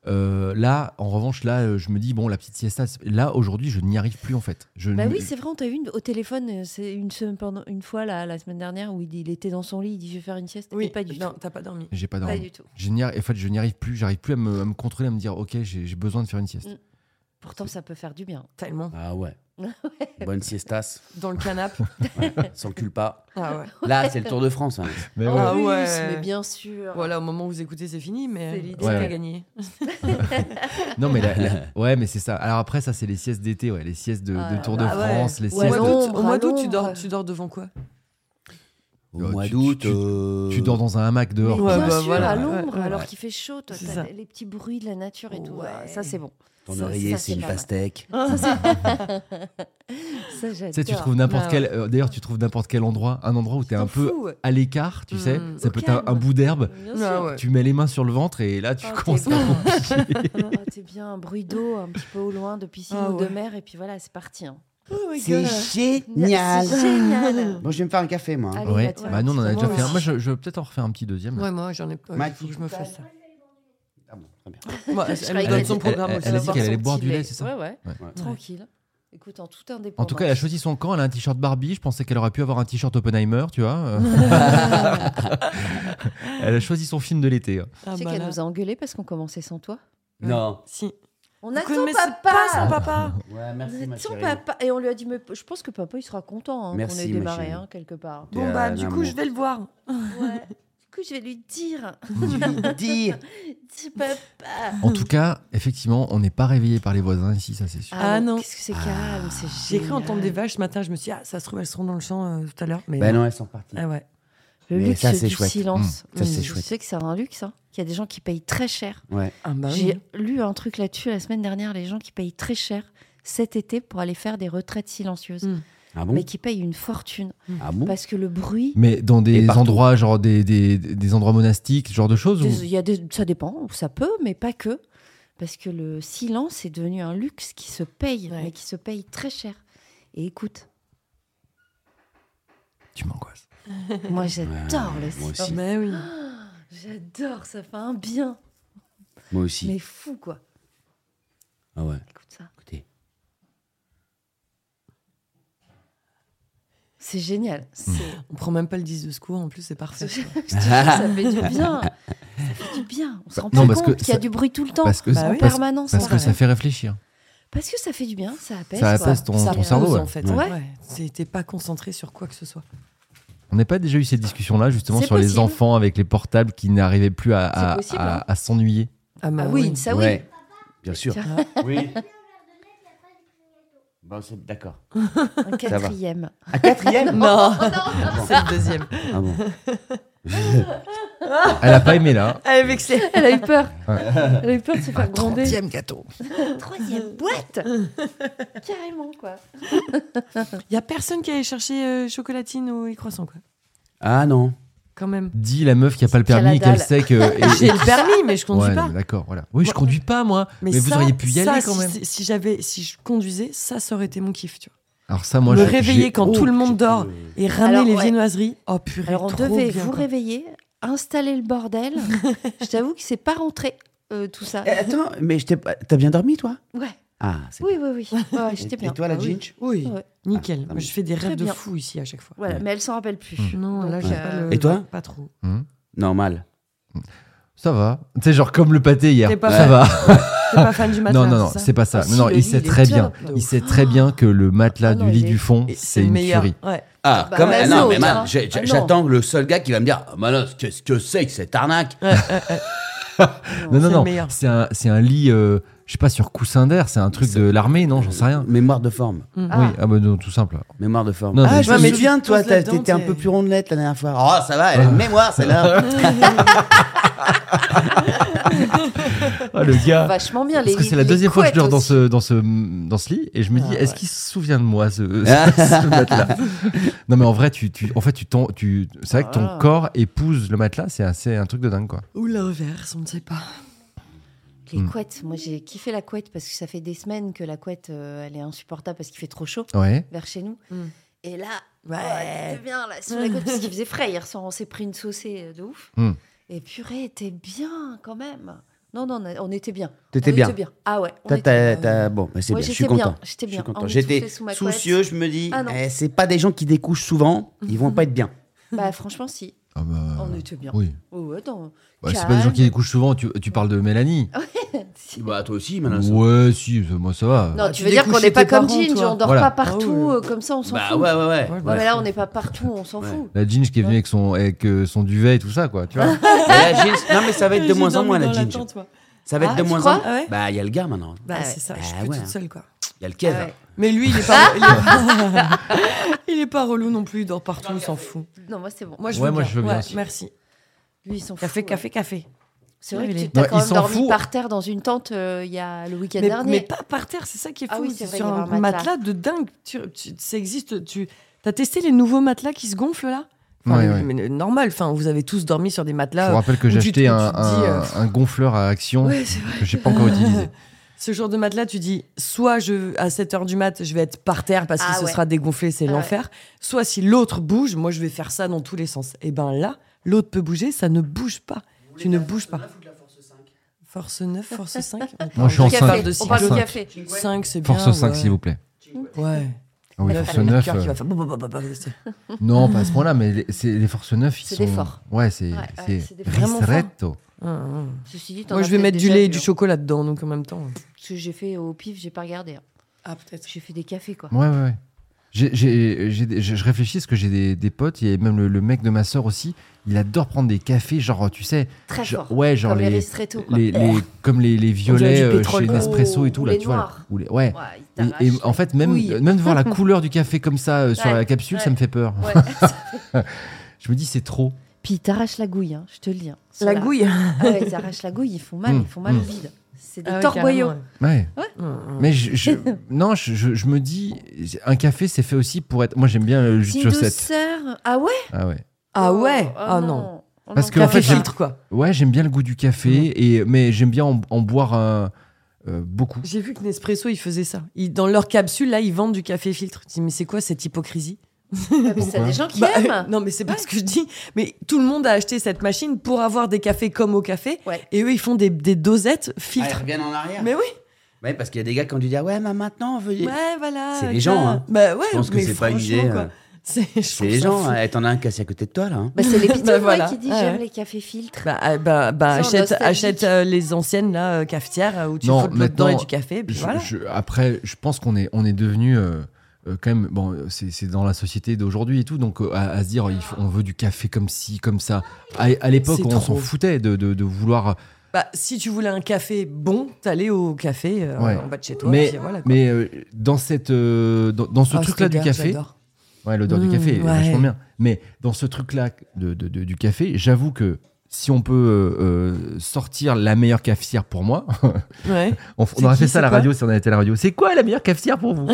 Speaker 2: euh, là, en revanche, là, euh, je me dis, bon, la petite siesta, c'est- là, aujourd'hui, je n'y arrive plus, en fait. Je
Speaker 5: Bah
Speaker 2: ne-
Speaker 5: oui, c'est vrai, on t'a eu une- au téléphone euh, c'est une, semaine, pendant, une fois là, la semaine dernière où il, il était dans son lit, il dit je vais faire une sieste.
Speaker 3: Oui,
Speaker 5: Et pas du
Speaker 3: non,
Speaker 5: tout.
Speaker 3: t'as pas dormi.
Speaker 2: J'ai pas
Speaker 1: Pas
Speaker 2: dormi.
Speaker 1: du tout.
Speaker 2: Je n'y arri- En fait, je n'y arrive plus. J'arrive plus à me, à me contrôler, à me dire, OK, j'ai j'ai besoin de faire une sieste.
Speaker 1: Mm. Pourtant, ça peut faire du bien.
Speaker 3: Tellement.
Speaker 4: Ah
Speaker 1: (laughs)
Speaker 4: ouais. Bonne siestas.
Speaker 3: Dans le canapé.
Speaker 4: Sans culpa.
Speaker 3: Ah ouais.
Speaker 4: Là, c'est le Tour de France. hein.
Speaker 2: (laughs) Mais
Speaker 1: En
Speaker 2: ouais.
Speaker 3: Ah
Speaker 1: plus,
Speaker 3: ouais.
Speaker 1: mais bien sûr.
Speaker 3: Voilà, au moment où vous écoutez, c'est fini, mais
Speaker 1: C'est l'idée.
Speaker 3: c'est
Speaker 2: Ouais.
Speaker 3: pas gagné.
Speaker 2: Non, mais la- (laughs) la- ouais, mais c'est ça. Alors après, ça, c'est les siestes d'été, ouais, les siestes de, de
Speaker 1: Ah,
Speaker 2: Tour
Speaker 3: bah
Speaker 2: de
Speaker 3: ouais.
Speaker 2: France, les
Speaker 1: Ouais,
Speaker 3: Au
Speaker 2: siestes.
Speaker 3: mois
Speaker 1: non,
Speaker 2: de-
Speaker 3: d'août-
Speaker 1: l'ombre,
Speaker 3: au mois
Speaker 1: à
Speaker 3: d'août, tu
Speaker 1: l'ombre.
Speaker 3: dors, tu dors devant quoi
Speaker 4: Au
Speaker 2: Euh,
Speaker 4: mois
Speaker 2: tu-
Speaker 4: d'août.
Speaker 2: tu-
Speaker 4: euh,
Speaker 2: Tu dors dans un hamac dehors.
Speaker 3: Ouais,
Speaker 2: quoi.
Speaker 1: bien
Speaker 3: bah
Speaker 1: sûr,
Speaker 3: voilà.
Speaker 1: à l'ombre,
Speaker 3: Ouais, ouais.
Speaker 1: alors qu'il fait chaud, toi,
Speaker 3: C'est
Speaker 1: t'as
Speaker 3: ça.
Speaker 1: les petits bruits de la nature et tout.
Speaker 3: Ouais.
Speaker 1: Ah, Ça, c'est bon.
Speaker 4: Ton
Speaker 1: Ça,
Speaker 4: oreiller,
Speaker 1: ça,
Speaker 4: c'est une
Speaker 1: pas mal. Oh,
Speaker 4: pastèque.
Speaker 1: Ça, j'adore.
Speaker 2: Tu sais, tu trouves n'importe
Speaker 3: Ah
Speaker 2: quel. euh, D'ailleurs, tu trouves n'importe quel endroit, un endroit où tu es un peu à l'écart, tu sais.
Speaker 3: Mm.
Speaker 2: Ça
Speaker 1: Au
Speaker 2: peut être un, un
Speaker 1: calme.
Speaker 2: bout d'herbe.
Speaker 1: Bien sûr.
Speaker 3: Ah ouais.
Speaker 2: Tu mets les mains sur le ventre et là, tu
Speaker 1: Oh, t'es
Speaker 2: commences
Speaker 3: (laughs)
Speaker 2: à
Speaker 1: bien.
Speaker 2: compiler.
Speaker 1: Ah, t'es bien, un bruit d'eau un petit peu au loin de piscine
Speaker 3: Ah
Speaker 1: ou de
Speaker 3: ouais.
Speaker 1: mer, et puis voilà, c'est parti. hein.
Speaker 4: C'est génial.
Speaker 1: C'est génial.
Speaker 4: Bon, je vais me faire un café, moi. hein.
Speaker 1: Allez,
Speaker 2: Ouais,
Speaker 1: Mathieu.
Speaker 2: (laughs) bah nous on en a déjà
Speaker 3: Ouais.
Speaker 2: fait un. Moi, je, je vais peut-être en refaire un petit deuxième.
Speaker 3: Ouais, moi j'en ai pas. Il faut
Speaker 4: Mathilde.
Speaker 3: que je me fasse ça.
Speaker 4: Ah bon, très bien.
Speaker 3: Moi, elle me
Speaker 1: Elle a
Speaker 3: donne
Speaker 1: dit-
Speaker 3: son programme
Speaker 2: elle-
Speaker 3: aussi.
Speaker 2: elle a dit
Speaker 1: Boire
Speaker 2: qu'elle
Speaker 1: son
Speaker 2: allait boire
Speaker 1: petit
Speaker 2: du lait,
Speaker 1: lait.
Speaker 2: c'est ça
Speaker 1: Ouais, ouais.
Speaker 2: Ouais.
Speaker 4: Ouais.
Speaker 1: Tranquille. Écoute, en toute indépendance.
Speaker 2: En tout cas, elle a choisi son camp. Elle a un t-shirt Barbie. Je pensais qu'elle aurait pu avoir un t-shirt Oppenheimer, tu vois. euh.
Speaker 3: (laughs)
Speaker 2: elle a choisi son film de l'été.
Speaker 3: Ah,
Speaker 1: Tu sais
Speaker 3: bah
Speaker 1: qu'elle
Speaker 3: là.
Speaker 1: nous a engueulés parce qu'on commençait sans toi.
Speaker 4: Non.
Speaker 3: Si.
Speaker 1: On
Speaker 3: Vous
Speaker 1: attend
Speaker 3: connaissez pas son
Speaker 1: papa.
Speaker 3: papa.
Speaker 4: Ouais,
Speaker 1: On
Speaker 4: merci, ma
Speaker 1: attend
Speaker 4: chérie.
Speaker 1: papa. Et on lui a dit, mais je pense que papa, il sera content hein, qu'on
Speaker 4: Merci,
Speaker 1: ait
Speaker 4: ma
Speaker 1: démarré
Speaker 4: chérie.
Speaker 1: hein, quelque part.
Speaker 4: T'es
Speaker 3: Bon bah
Speaker 4: un
Speaker 3: du coup
Speaker 4: amour.
Speaker 3: je vais le voir.
Speaker 1: Ouais. du coup, je vais lui dire.
Speaker 4: Tu
Speaker 1: (laughs)
Speaker 4: dis-
Speaker 1: Dis papa.
Speaker 2: En tout cas, effectivement, on n'est pas réveillé par les voisins ici, ça c'est sûr.
Speaker 3: Ah non.
Speaker 1: Qu'est-ce que c'est
Speaker 4: Ah.
Speaker 1: calme, c'est génial.
Speaker 3: J'ai cru entendre des vaches ce matin. Je me suis dit, ah ça se trouve elles seront dans le champ euh, tout à l'heure. Mais
Speaker 4: Bah non, elles sont parties.
Speaker 3: Ah ouais.
Speaker 1: Le
Speaker 4: Mais
Speaker 1: luxe
Speaker 4: ça, c'est
Speaker 1: du
Speaker 4: chouette.
Speaker 1: silence.
Speaker 4: Mmh, ça, c'est
Speaker 1: Mais
Speaker 4: chouette.
Speaker 1: Tu sais que c'est un luxe. hein. Il y a des gens qui payent très cher.
Speaker 4: Ouais.
Speaker 3: Ah bah oui.
Speaker 1: J'ai lu un truc là-dessus la semaine dernière. Les gens qui payent très cher cet été pour aller faire des retraites silencieuses,
Speaker 3: Mmh.
Speaker 4: Ah
Speaker 1: mais
Speaker 4: bon
Speaker 1: qui payent une fortune
Speaker 4: Ah bon
Speaker 1: parce que le bruit.
Speaker 2: Mais dans
Speaker 4: Et
Speaker 2: des
Speaker 4: partout.
Speaker 2: endroits, genre des, des, des endroits monastiques, ce genre de
Speaker 4: Mmh.
Speaker 2: choses.
Speaker 1: des-
Speaker 2: ou-
Speaker 1: il y a des- ça dépend, ça peut, mais pas que. Parce que le silence est devenu un luxe qui se paye,
Speaker 3: Ouais.
Speaker 1: mais qui se paye très cher. Et écoute,
Speaker 2: Tu m'angoisses.
Speaker 1: moi j'adore le
Speaker 4: moi
Speaker 1: silence.
Speaker 4: aussi.
Speaker 3: Mais bah oui.
Speaker 1: J'adore, ça fait un bien.
Speaker 4: Moi aussi.
Speaker 1: Mais fou quoi.
Speaker 4: Ah ouais,
Speaker 1: Écoute ça.
Speaker 4: écoutez.
Speaker 1: C'est génial.
Speaker 2: Hmm.
Speaker 1: C'est-
Speaker 3: On prend même pas le 10 de secours en plus
Speaker 2: (laughs)
Speaker 3: c'est
Speaker 1: (laughs)
Speaker 3: parfait.
Speaker 1: Je te jure, ça fait du bien. Ça fait du bien. On se rend
Speaker 2: Non,
Speaker 1: pas
Speaker 2: parce que
Speaker 1: compte qu'il y a
Speaker 2: ça-
Speaker 1: du bruit tout le temps.
Speaker 2: Parce que,
Speaker 3: Bah
Speaker 1: en
Speaker 3: oui.
Speaker 2: parce,
Speaker 1: permanence.
Speaker 2: parce
Speaker 1: ça.
Speaker 2: que ça fait réfléchir.
Speaker 1: Parce que ça fait du bien, ça apaise.
Speaker 2: Ça
Speaker 1: quoi.
Speaker 2: apaise ton-
Speaker 1: Ça-
Speaker 2: ton cerveau.
Speaker 3: Pause,
Speaker 2: ouais.
Speaker 3: en fait.
Speaker 4: Ouais.
Speaker 3: Ouais. C'est- T'es pas concentré sur quoi que ce soit.
Speaker 2: On n'a pas déjà eu cette discussion-là, justement,
Speaker 1: C'est
Speaker 2: sur les
Speaker 1: possible.
Speaker 2: enfants avec les portables qui n'arrivaient plus à, à-
Speaker 1: C'est possible,
Speaker 2: à-
Speaker 1: hein.
Speaker 2: à s'ennuyer.
Speaker 1: Ah oui, ça oui.
Speaker 4: Ouais, bien sûr.
Speaker 1: Tiens.
Speaker 4: (laughs) Oui. Bon, c'est d'accord.
Speaker 2: (laughs)
Speaker 1: Un
Speaker 4: va.
Speaker 1: quatrième. (laughs)
Speaker 4: À (laughs) quatrième
Speaker 3: Non, (laughs)
Speaker 4: Ah bon.
Speaker 3: c'est le deuxième.
Speaker 4: Ah bon.
Speaker 2: Elle n'a pas aimé là. hein.
Speaker 3: Elle est vexée.
Speaker 1: Elle a eu
Speaker 2: (laughs)
Speaker 1: peur. Elle a eu peur de se
Speaker 2: Ah,
Speaker 1: faire gronder.
Speaker 2: gâteau.
Speaker 1: Troisième
Speaker 2: (laughs)
Speaker 1: boîte. Carrément quoi.
Speaker 3: Il y a personne qui allait chercher euh, chocolatine ou et croissant quoi.
Speaker 4: Ah non.
Speaker 3: Quand même.
Speaker 2: Dit la meuf qui a pas le
Speaker 1: Qui a la
Speaker 2: permis et qu'elle
Speaker 1: dalle.
Speaker 2: sait que. et-
Speaker 3: J'ai
Speaker 2: et-
Speaker 3: le permis mais je conduis
Speaker 2: Ouais,
Speaker 3: pas.
Speaker 2: d'accord, voilà. Oui, je conduis pas moi, mais, vous
Speaker 3: ça,
Speaker 2: auriez pu y
Speaker 3: ça,
Speaker 2: aller quand
Speaker 3: si-
Speaker 2: même.
Speaker 3: Si, j'avais, si je conduisais, ça, ça aurait été mon kiff, tu vois.
Speaker 2: Alors ça, moi,
Speaker 3: Me
Speaker 2: j'ai-
Speaker 3: réveiller
Speaker 2: j'ai-
Speaker 3: quand tout le monde dort et ramener
Speaker 1: Alors,
Speaker 3: les
Speaker 1: ouais.
Speaker 3: viennoiseries. Oh purée,
Speaker 1: Alors on
Speaker 3: trop
Speaker 1: devait
Speaker 3: bien,
Speaker 1: vous
Speaker 3: quoi.
Speaker 1: réveiller, installer le
Speaker 2: (laughs)
Speaker 1: bordel. Je t'avoue que c'est pas rentré euh, tout ça.
Speaker 4: Eh, attends, mais je t'ai pas- t'as bien dormi, toi
Speaker 1: Ouais.
Speaker 4: Ah, c'est
Speaker 1: Oui oui oui. Ouais, ouais, j'étais
Speaker 4: Et-
Speaker 1: bien.
Speaker 4: Et toi, la
Speaker 1: Ah oui.
Speaker 4: Ginge
Speaker 3: Oui,
Speaker 1: Ouais.
Speaker 3: nickel.
Speaker 4: Ah,
Speaker 3: Moi, je fais des
Speaker 1: Très
Speaker 3: rêves de
Speaker 1: bien.
Speaker 3: fou ici à chaque fois.
Speaker 1: Voilà, mais elle s'en rappelle plus.
Speaker 2: Mm.
Speaker 3: Non, là,
Speaker 1: Donc,
Speaker 3: j'ai
Speaker 1: euh,
Speaker 3: pas le-
Speaker 4: Et toi
Speaker 3: Pas trop.
Speaker 4: Normal.
Speaker 2: Ça va. Tu sais, genre comme le pâté hier.
Speaker 3: T'es pas
Speaker 2: Ça
Speaker 3: fan.
Speaker 2: va.
Speaker 3: T'es pas fan du matelas
Speaker 2: non, non, non,
Speaker 3: c'est ça
Speaker 2: c'est pas ça.
Speaker 1: Ah,
Speaker 2: non,
Speaker 1: si,
Speaker 2: non,
Speaker 1: le
Speaker 2: il
Speaker 1: lit,
Speaker 2: sait
Speaker 1: il est
Speaker 2: très bien.
Speaker 1: top.
Speaker 2: Il sait très bien que le matelas
Speaker 1: Ah
Speaker 2: du
Speaker 1: non,
Speaker 2: lit
Speaker 1: il est-
Speaker 2: du fond,
Speaker 3: Et
Speaker 2: c'est une
Speaker 3: meilleur.
Speaker 2: furie.
Speaker 3: Ouais.
Speaker 4: Ah,
Speaker 1: Bah,
Speaker 4: comme.
Speaker 1: vas-y,
Speaker 4: ah non, mais
Speaker 1: autre,
Speaker 4: man,
Speaker 1: hein.
Speaker 4: j'ai-
Speaker 1: Ah,
Speaker 4: j'ai-
Speaker 1: non.
Speaker 4: j'attends le seul gars qui va me dire Ah, Manos, Ah. qu'est-ce que c'est que cette arnaque
Speaker 2: Non, non,
Speaker 3: c'est
Speaker 2: non.
Speaker 3: meilleur.
Speaker 2: C'est un, c'est un lit. euh, je sais pas, sur coussin d'air, c'est un truc de l'armée, non, j'en sais rien.
Speaker 4: Mémoire de forme.
Speaker 2: Oui, ah bah non, tout simple.
Speaker 4: Mémoire de forme.
Speaker 2: Non,
Speaker 4: ah,
Speaker 2: mais-
Speaker 4: je
Speaker 3: Ouais, mais
Speaker 4: me
Speaker 3: tu
Speaker 4: souviens,
Speaker 3: te
Speaker 4: toi,
Speaker 3: poses
Speaker 4: t'as-
Speaker 3: là-dedans,
Speaker 4: t'étais un
Speaker 3: t'es-
Speaker 4: peu plus rondelette la dernière fois. Oh, ça va, elle a une mémoire, celle-là.
Speaker 2: Ah, le gars.
Speaker 1: Vachement bien.
Speaker 2: Parce
Speaker 1: les-
Speaker 2: que c'est la
Speaker 1: les
Speaker 2: deuxième fois que je
Speaker 1: couettes
Speaker 2: dors dans
Speaker 1: aussi.
Speaker 2: ce, dans, ce, dans ce lit et je me dis,
Speaker 3: Ah,
Speaker 2: est-ce
Speaker 3: ouais.
Speaker 2: qu'il se souvient de moi, ce, ce matelas Non, mais en vrai, tu, tu, en fait, tu, t'en- tu, c'est vrai que ton
Speaker 5: Ah.
Speaker 2: corps épouse le matelas, c'est assez un truc de dingue, quoi.
Speaker 3: (laughs) Ou l'inverse, on ne sait pas.
Speaker 1: Les
Speaker 2: Mm.
Speaker 1: couettes. Moi, j'ai kiffé la couette parce que ça fait des semaines que la couette, euh, elle est insupportable parce qu'il fait trop chaud
Speaker 2: Ouais.
Speaker 1: vers chez nous.
Speaker 3: Mm.
Speaker 1: Et là,
Speaker 3: Ouais.
Speaker 1: ouais, tu bien là, sur la côte, parce qu'il faisait frais hier soir. On s'est pris une saucée euh, de ouf.
Speaker 2: Mm.
Speaker 1: Et purée, t'es bien quand même. Non, non, on a- on était bien.
Speaker 4: (laughs) T'étais
Speaker 1: On
Speaker 4: bien.
Speaker 1: était Ah ouais. on
Speaker 4: T'as-
Speaker 1: était bien.
Speaker 4: t'as- t'as- Bon, bah, c'est
Speaker 1: Moi,
Speaker 4: bien, je suis
Speaker 1: j'étais bien,
Speaker 4: content.
Speaker 1: j'étais
Speaker 4: Je suis
Speaker 1: bien.
Speaker 4: content.
Speaker 1: Enlevé
Speaker 4: J'étais
Speaker 1: tout sous ma couette.
Speaker 4: soucieux, je me dis,
Speaker 1: Ah, non.
Speaker 4: eh, c'est pas des gens qui découchent souvent, ils vont pas être bien.
Speaker 1: Bah, franchement, si.
Speaker 2: Ah bah,
Speaker 3: Oh,
Speaker 1: On était bien.
Speaker 2: Oui.
Speaker 1: Ouais, ouais, attends.
Speaker 2: Bah, c'est pas des gens qui découchent souvent. Tu, tu parles de Mélanie.
Speaker 3: Ah,
Speaker 1: Si.
Speaker 4: Bah, toi aussi,
Speaker 2: Ouais, si, ça- moi ça va.
Speaker 1: Non,
Speaker 3: Ah,
Speaker 1: tu
Speaker 3: tu
Speaker 1: veux dire qu'on
Speaker 3: découches
Speaker 1: n'est pas
Speaker 3: tes
Speaker 1: comme
Speaker 3: parents,
Speaker 1: Ginge,
Speaker 3: toi.
Speaker 1: on dort
Speaker 2: Voilà.
Speaker 1: pas partout,
Speaker 3: Ah ouais.
Speaker 1: euh, comme ça, on s'en
Speaker 4: Bah,
Speaker 1: fout.
Speaker 4: ouais, ouais, ouais.
Speaker 1: Non, mais là, on n'est pas partout, on s'en
Speaker 4: Ouais.
Speaker 1: fout.
Speaker 2: La Ginge qui est venue avec son, avec euh, son duvet et tout ça, quoi. Tu
Speaker 3: (laughs)
Speaker 2: vois.
Speaker 4: Et la jeans- Non, mais ça va être de
Speaker 3: J'ai
Speaker 4: moins en
Speaker 3: dormi
Speaker 4: moins, la
Speaker 3: dans
Speaker 4: jeans.
Speaker 3: tente, moi.
Speaker 4: Ça va être
Speaker 1: Ah,
Speaker 4: de
Speaker 1: tu
Speaker 4: moins
Speaker 1: crois
Speaker 4: en
Speaker 3: Ah
Speaker 4: moins.
Speaker 3: ouais
Speaker 4: Bah, il y a le gars maintenant.
Speaker 3: Bah,
Speaker 1: Ah ouais.
Speaker 3: c'est ça, je suis
Speaker 4: Ah
Speaker 3: plus
Speaker 4: ouais.
Speaker 2: hein.
Speaker 3: toute seule, quoi.
Speaker 4: Il y a le Kev.
Speaker 1: Ah ouais.
Speaker 3: Mais lui, il est pas, il est- (laughs) il est pas relou non plus, il dort partout, il s'en fout.
Speaker 1: Non, moi, c'est bon.
Speaker 3: Moi, je
Speaker 2: Ouais,
Speaker 3: veux
Speaker 2: moi,
Speaker 3: bien.
Speaker 2: je veux bien
Speaker 3: Ouais,
Speaker 2: aussi.
Speaker 3: Merci.
Speaker 1: Lui, il s'en fout.
Speaker 3: Café,
Speaker 1: ouais.
Speaker 3: café, café.
Speaker 1: C'est vrai que
Speaker 3: Ouais,
Speaker 1: tu
Speaker 3: il
Speaker 1: t'as
Speaker 2: est-
Speaker 1: quand
Speaker 2: il
Speaker 1: même
Speaker 2: s'en
Speaker 1: dormi
Speaker 2: fout.
Speaker 1: par terre dans une tente euh, il y a le week-end
Speaker 3: Mais,
Speaker 1: dernier.
Speaker 3: mais pas par terre, c'est ça qui est fou.
Speaker 1: Ah oui, c'est vrai,
Speaker 3: sur
Speaker 1: il y
Speaker 3: un
Speaker 1: avait un
Speaker 3: matelas.
Speaker 1: matelas.
Speaker 3: de dingue. Tu, tu- ça existe. Tu as testé les nouveaux matelas qui se gonflent là Enfin,
Speaker 2: Ouais,
Speaker 3: le-
Speaker 2: ouais.
Speaker 3: mais le- Normal. Enfin, vous avez tous dormi sur des
Speaker 2: Je
Speaker 3: matelas.
Speaker 2: vous rappelle que
Speaker 3: où
Speaker 2: j'ai
Speaker 3: tu te-
Speaker 2: acheté
Speaker 3: où
Speaker 2: un,
Speaker 3: tu te dis,
Speaker 2: un-
Speaker 3: euh,
Speaker 2: un gonfleur à action
Speaker 3: Ouais, c'est vrai.
Speaker 2: que j'ai
Speaker 3: (laughs)
Speaker 2: pas encore utilisé.
Speaker 3: Ce genre de matelas, tu dis soit je à 7 h du mat, je vais être par terre parce que
Speaker 1: Ah
Speaker 3: ce
Speaker 1: ouais.
Speaker 3: sera dégonflé, c'est
Speaker 1: Ah ouais.
Speaker 3: l'enfer. Soit si l'autre bouge, moi je vais faire ça dans tous les sens. Et ben là, l'autre peut bouger, ça ne bouge pas. Tu ne bouges pas. Force 9, force 5
Speaker 1: (laughs)
Speaker 2: Moi, je suis en
Speaker 1: Café,
Speaker 2: cinq.
Speaker 1: on parle de
Speaker 2: Cinq.
Speaker 1: café.
Speaker 3: 5, c'est bien.
Speaker 2: Force 5, s'il vous plaît.
Speaker 3: plaît. Ouais.
Speaker 2: Ah oui,
Speaker 3: Là,
Speaker 2: force
Speaker 3: t'as le
Speaker 2: 9.
Speaker 3: cœur qui
Speaker 2: euh,
Speaker 3: va faire bou- bou- bou- bou- bou- c'est-
Speaker 2: Non, pas à ce point-là, mais les, c'est- les forces 9, ils sont.
Speaker 1: Ah. C'est des forts.
Speaker 2: Ouais, c'est.
Speaker 1: Ouais, ouais,
Speaker 2: c'est
Speaker 1: c'est des
Speaker 3: vraiment forts.
Speaker 2: ristretto.
Speaker 3: Hum, hum.
Speaker 1: Ceci dit, t'en
Speaker 3: Moi,
Speaker 1: as
Speaker 3: je vais
Speaker 1: peut-être
Speaker 3: mettre du
Speaker 1: déjà
Speaker 3: lait et
Speaker 1: vu,
Speaker 3: du
Speaker 1: hein.
Speaker 3: chocolat dedans, donc en même temps. hein.
Speaker 1: Ce que j'ai fait au pif, j'ai pas regardé. hein.
Speaker 3: Ah, peut-être.
Speaker 1: J'ai fait des cafés, quoi.
Speaker 2: Ouais, ouais, ouais. J'ai- j'ai- j'ai des- je je réfléchis parce que j'ai des, des potes, il y a même le, le mec de ma sœur aussi, il adore prendre des cafés, genre, tu sais.
Speaker 1: Très
Speaker 2: genre-
Speaker 1: fort.
Speaker 2: Ouais, genre
Speaker 1: Comme les
Speaker 2: les.
Speaker 1: ristretto, quoi. Eh.
Speaker 2: les- les- comme les, les
Speaker 3: On dirait
Speaker 2: violets
Speaker 3: du
Speaker 2: euh,
Speaker 3: pétrole,
Speaker 2: chez
Speaker 3: quoi.
Speaker 2: Nespresso et tout,
Speaker 1: Ou
Speaker 2: là,
Speaker 1: les
Speaker 2: tu vois. là.
Speaker 1: noirs.
Speaker 2: Ou les-
Speaker 1: Ouais,
Speaker 2: ouais.
Speaker 1: il
Speaker 2: Et-
Speaker 1: t'arrache,
Speaker 2: Et, en fait, même,
Speaker 1: Oui.
Speaker 2: euh, même voir
Speaker 1: (laughs)
Speaker 2: la couleur du café comme ça euh, sur
Speaker 1: Ouais,
Speaker 2: la capsule, ça
Speaker 1: ouais.
Speaker 2: me fait peur.
Speaker 1: Ouais.
Speaker 2: (laughs) Je me dis, c'est trop.
Speaker 1: Puis ils t'arrachent la gouille, hein, je te le dis. hein.
Speaker 3: La
Speaker 1: Ceux-là.
Speaker 3: gouille.
Speaker 1: Ah ouais, Ils arrachent la gouille, ils font mal,
Speaker 2: Mm,
Speaker 1: ils font mal au
Speaker 2: mm.
Speaker 1: vide. C'est
Speaker 3: Ah
Speaker 1: des torboyaux.
Speaker 2: Ouais.
Speaker 3: Mais
Speaker 2: Mais je,
Speaker 3: (laughs)
Speaker 2: je- non, je, je- je me dis, un café, c'est fait aussi pour être. Moi, j'aime bien euh, le jus de
Speaker 1: Petite
Speaker 2: chaussette.
Speaker 1: douceur. Ah ouais
Speaker 2: Ah ouais.
Speaker 3: Ah ouais
Speaker 1: Oh,
Speaker 3: Ah non.
Speaker 1: Oh
Speaker 2: Parce
Speaker 1: non,
Speaker 2: que, en
Speaker 3: Café
Speaker 2: fait, j'aime-
Speaker 3: filtre, quoi.
Speaker 2: Ouais, j'aime bien le goût du
Speaker 3: Mm.
Speaker 2: café, et, mais j'aime bien en, en boire un- euh, beaucoup.
Speaker 3: J'ai vu que Nespresso, ils faisaient ça. Ils- dans leur capsule, là, ils vendent du café filtre. Tu dis, mais c'est quoi cette hypocrisie
Speaker 1: mais c'est des gens qui
Speaker 3: Bah, euh,
Speaker 1: aiment.
Speaker 3: (laughs) Non, mais c'est pas ce que je dis. Mais tout le monde a acheté cette machine pour avoir des cafés comme au café.
Speaker 1: Ouais.
Speaker 3: Et eux, ils font des, des dosettes
Speaker 4: Ah, ils
Speaker 3: filtres.
Speaker 4: reviennent en arrière.
Speaker 3: mais oui,
Speaker 4: Ouais, parce qu'il y a des gars qui ont dû dire, ouais, mais maintenant, veuillez.
Speaker 3: ouais, voilà.
Speaker 4: C'est les gens,
Speaker 3: gars.
Speaker 4: hein.
Speaker 3: Bah ouais,
Speaker 4: Je pense que
Speaker 3: mais
Speaker 4: c'est pas une idée,
Speaker 3: franchement, quoi.
Speaker 4: euh,
Speaker 3: (laughs) C'est je
Speaker 4: C'est
Speaker 3: trouve
Speaker 4: les
Speaker 3: ça
Speaker 4: gens,
Speaker 3: fou.
Speaker 4: hein. Eh, t'en as un qui est assis à côté de toi, là. hein.
Speaker 1: Bah, c'est les pitons
Speaker 3: Bah,
Speaker 1: ouais,
Speaker 3: voilà.
Speaker 1: qui dit
Speaker 3: Ouais,
Speaker 1: j'aime
Speaker 3: ouais.
Speaker 1: les cafés filtres.
Speaker 3: Bah, euh, bah, bah,
Speaker 1: Ils sont
Speaker 3: achète,
Speaker 1: nostalgiques.
Speaker 3: achète euh, les anciennes là, euh, cafetières euh, où tu
Speaker 2: Non,
Speaker 3: fous de l'eau dedans et
Speaker 2: maintenant,
Speaker 3: du café. et puis
Speaker 2: Je-
Speaker 3: voilà.
Speaker 2: je- après, je pense qu'on est, on est devenu euh, euh, quand même. Bon, euh, c'est c'est dans la société d'aujourd'hui et tout, donc euh, à, à se dire, il faut- on veut du café comme ci, comme ça. À, à l'époque,
Speaker 3: C'est
Speaker 2: on s'en
Speaker 3: trop.
Speaker 2: foutait de, de- de vouloir.
Speaker 3: Bah, si tu voulais un café bon, t'allais au café euh,
Speaker 2: Ouais.
Speaker 3: en bas de chez toi.
Speaker 2: mais
Speaker 3: puis voilà, quoi.
Speaker 2: mais euh, dans, cette, euh, dans, dans ce
Speaker 3: Ah,
Speaker 2: truc-là
Speaker 3: ce
Speaker 2: du
Speaker 3: gars,
Speaker 2: café.
Speaker 3: j'adore.
Speaker 2: Ouais, l'odeur du
Speaker 3: Mmh,
Speaker 2: café est
Speaker 3: ouais.
Speaker 2: vachement bien. Mais dans ce truc-là de, de- de- du café, j'avoue que si on peut euh, euh, sortir la meilleure cafetière pour moi, (laughs)
Speaker 3: Ouais.
Speaker 2: on,
Speaker 3: C'est
Speaker 2: on aurait
Speaker 3: qui,
Speaker 2: fait ça à
Speaker 3: c'est
Speaker 2: la
Speaker 3: quoi
Speaker 2: radio si on avait été à la radio. C'est quoi la meilleure cafetière pour
Speaker 3: (laughs)
Speaker 2: vous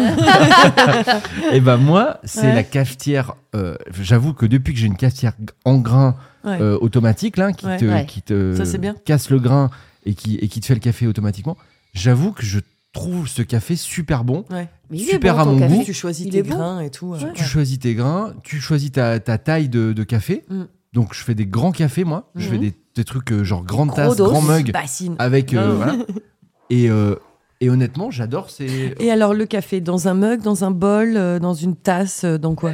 Speaker 2: Et ben moi, c'est
Speaker 3: Ouais.
Speaker 2: la cafetière. euh, j'avoue que depuis que j'ai une cafetière en grain
Speaker 3: Ouais.
Speaker 2: euh, automatique là, qui
Speaker 3: Ouais.
Speaker 2: te,
Speaker 1: Ouais.
Speaker 2: qui te
Speaker 3: Ça, c'est bien.
Speaker 2: casse le grain et qui, et qui te fait le café automatiquement, j'avoue que je trouve ce café super bon.
Speaker 3: Ouais.
Speaker 1: Mais il
Speaker 2: super
Speaker 1: est bon,
Speaker 2: à
Speaker 1: ton
Speaker 2: mon
Speaker 1: café.
Speaker 2: goût.
Speaker 3: tu choisis
Speaker 1: Il
Speaker 3: tes
Speaker 1: est bon.
Speaker 3: grains et tout. euh.
Speaker 1: Ouais.
Speaker 2: Tu choisis tes grains, tu choisis ta, ta taille de, de café.
Speaker 3: Mm.
Speaker 2: Donc je fais des grands cafés, moi. Je fais
Speaker 3: Mhm.
Speaker 2: des, des trucs euh, genre grande
Speaker 1: Gros
Speaker 2: tasse,
Speaker 1: dos.
Speaker 2: grand mug,
Speaker 3: Bassine.
Speaker 2: avec... euh,
Speaker 3: Ah. (laughs)
Speaker 2: voilà. et, euh, et honnêtement, j'adore ces...
Speaker 3: Et alors le café dans un mug, dans un bol, euh, dans une tasse, euh, dans quoi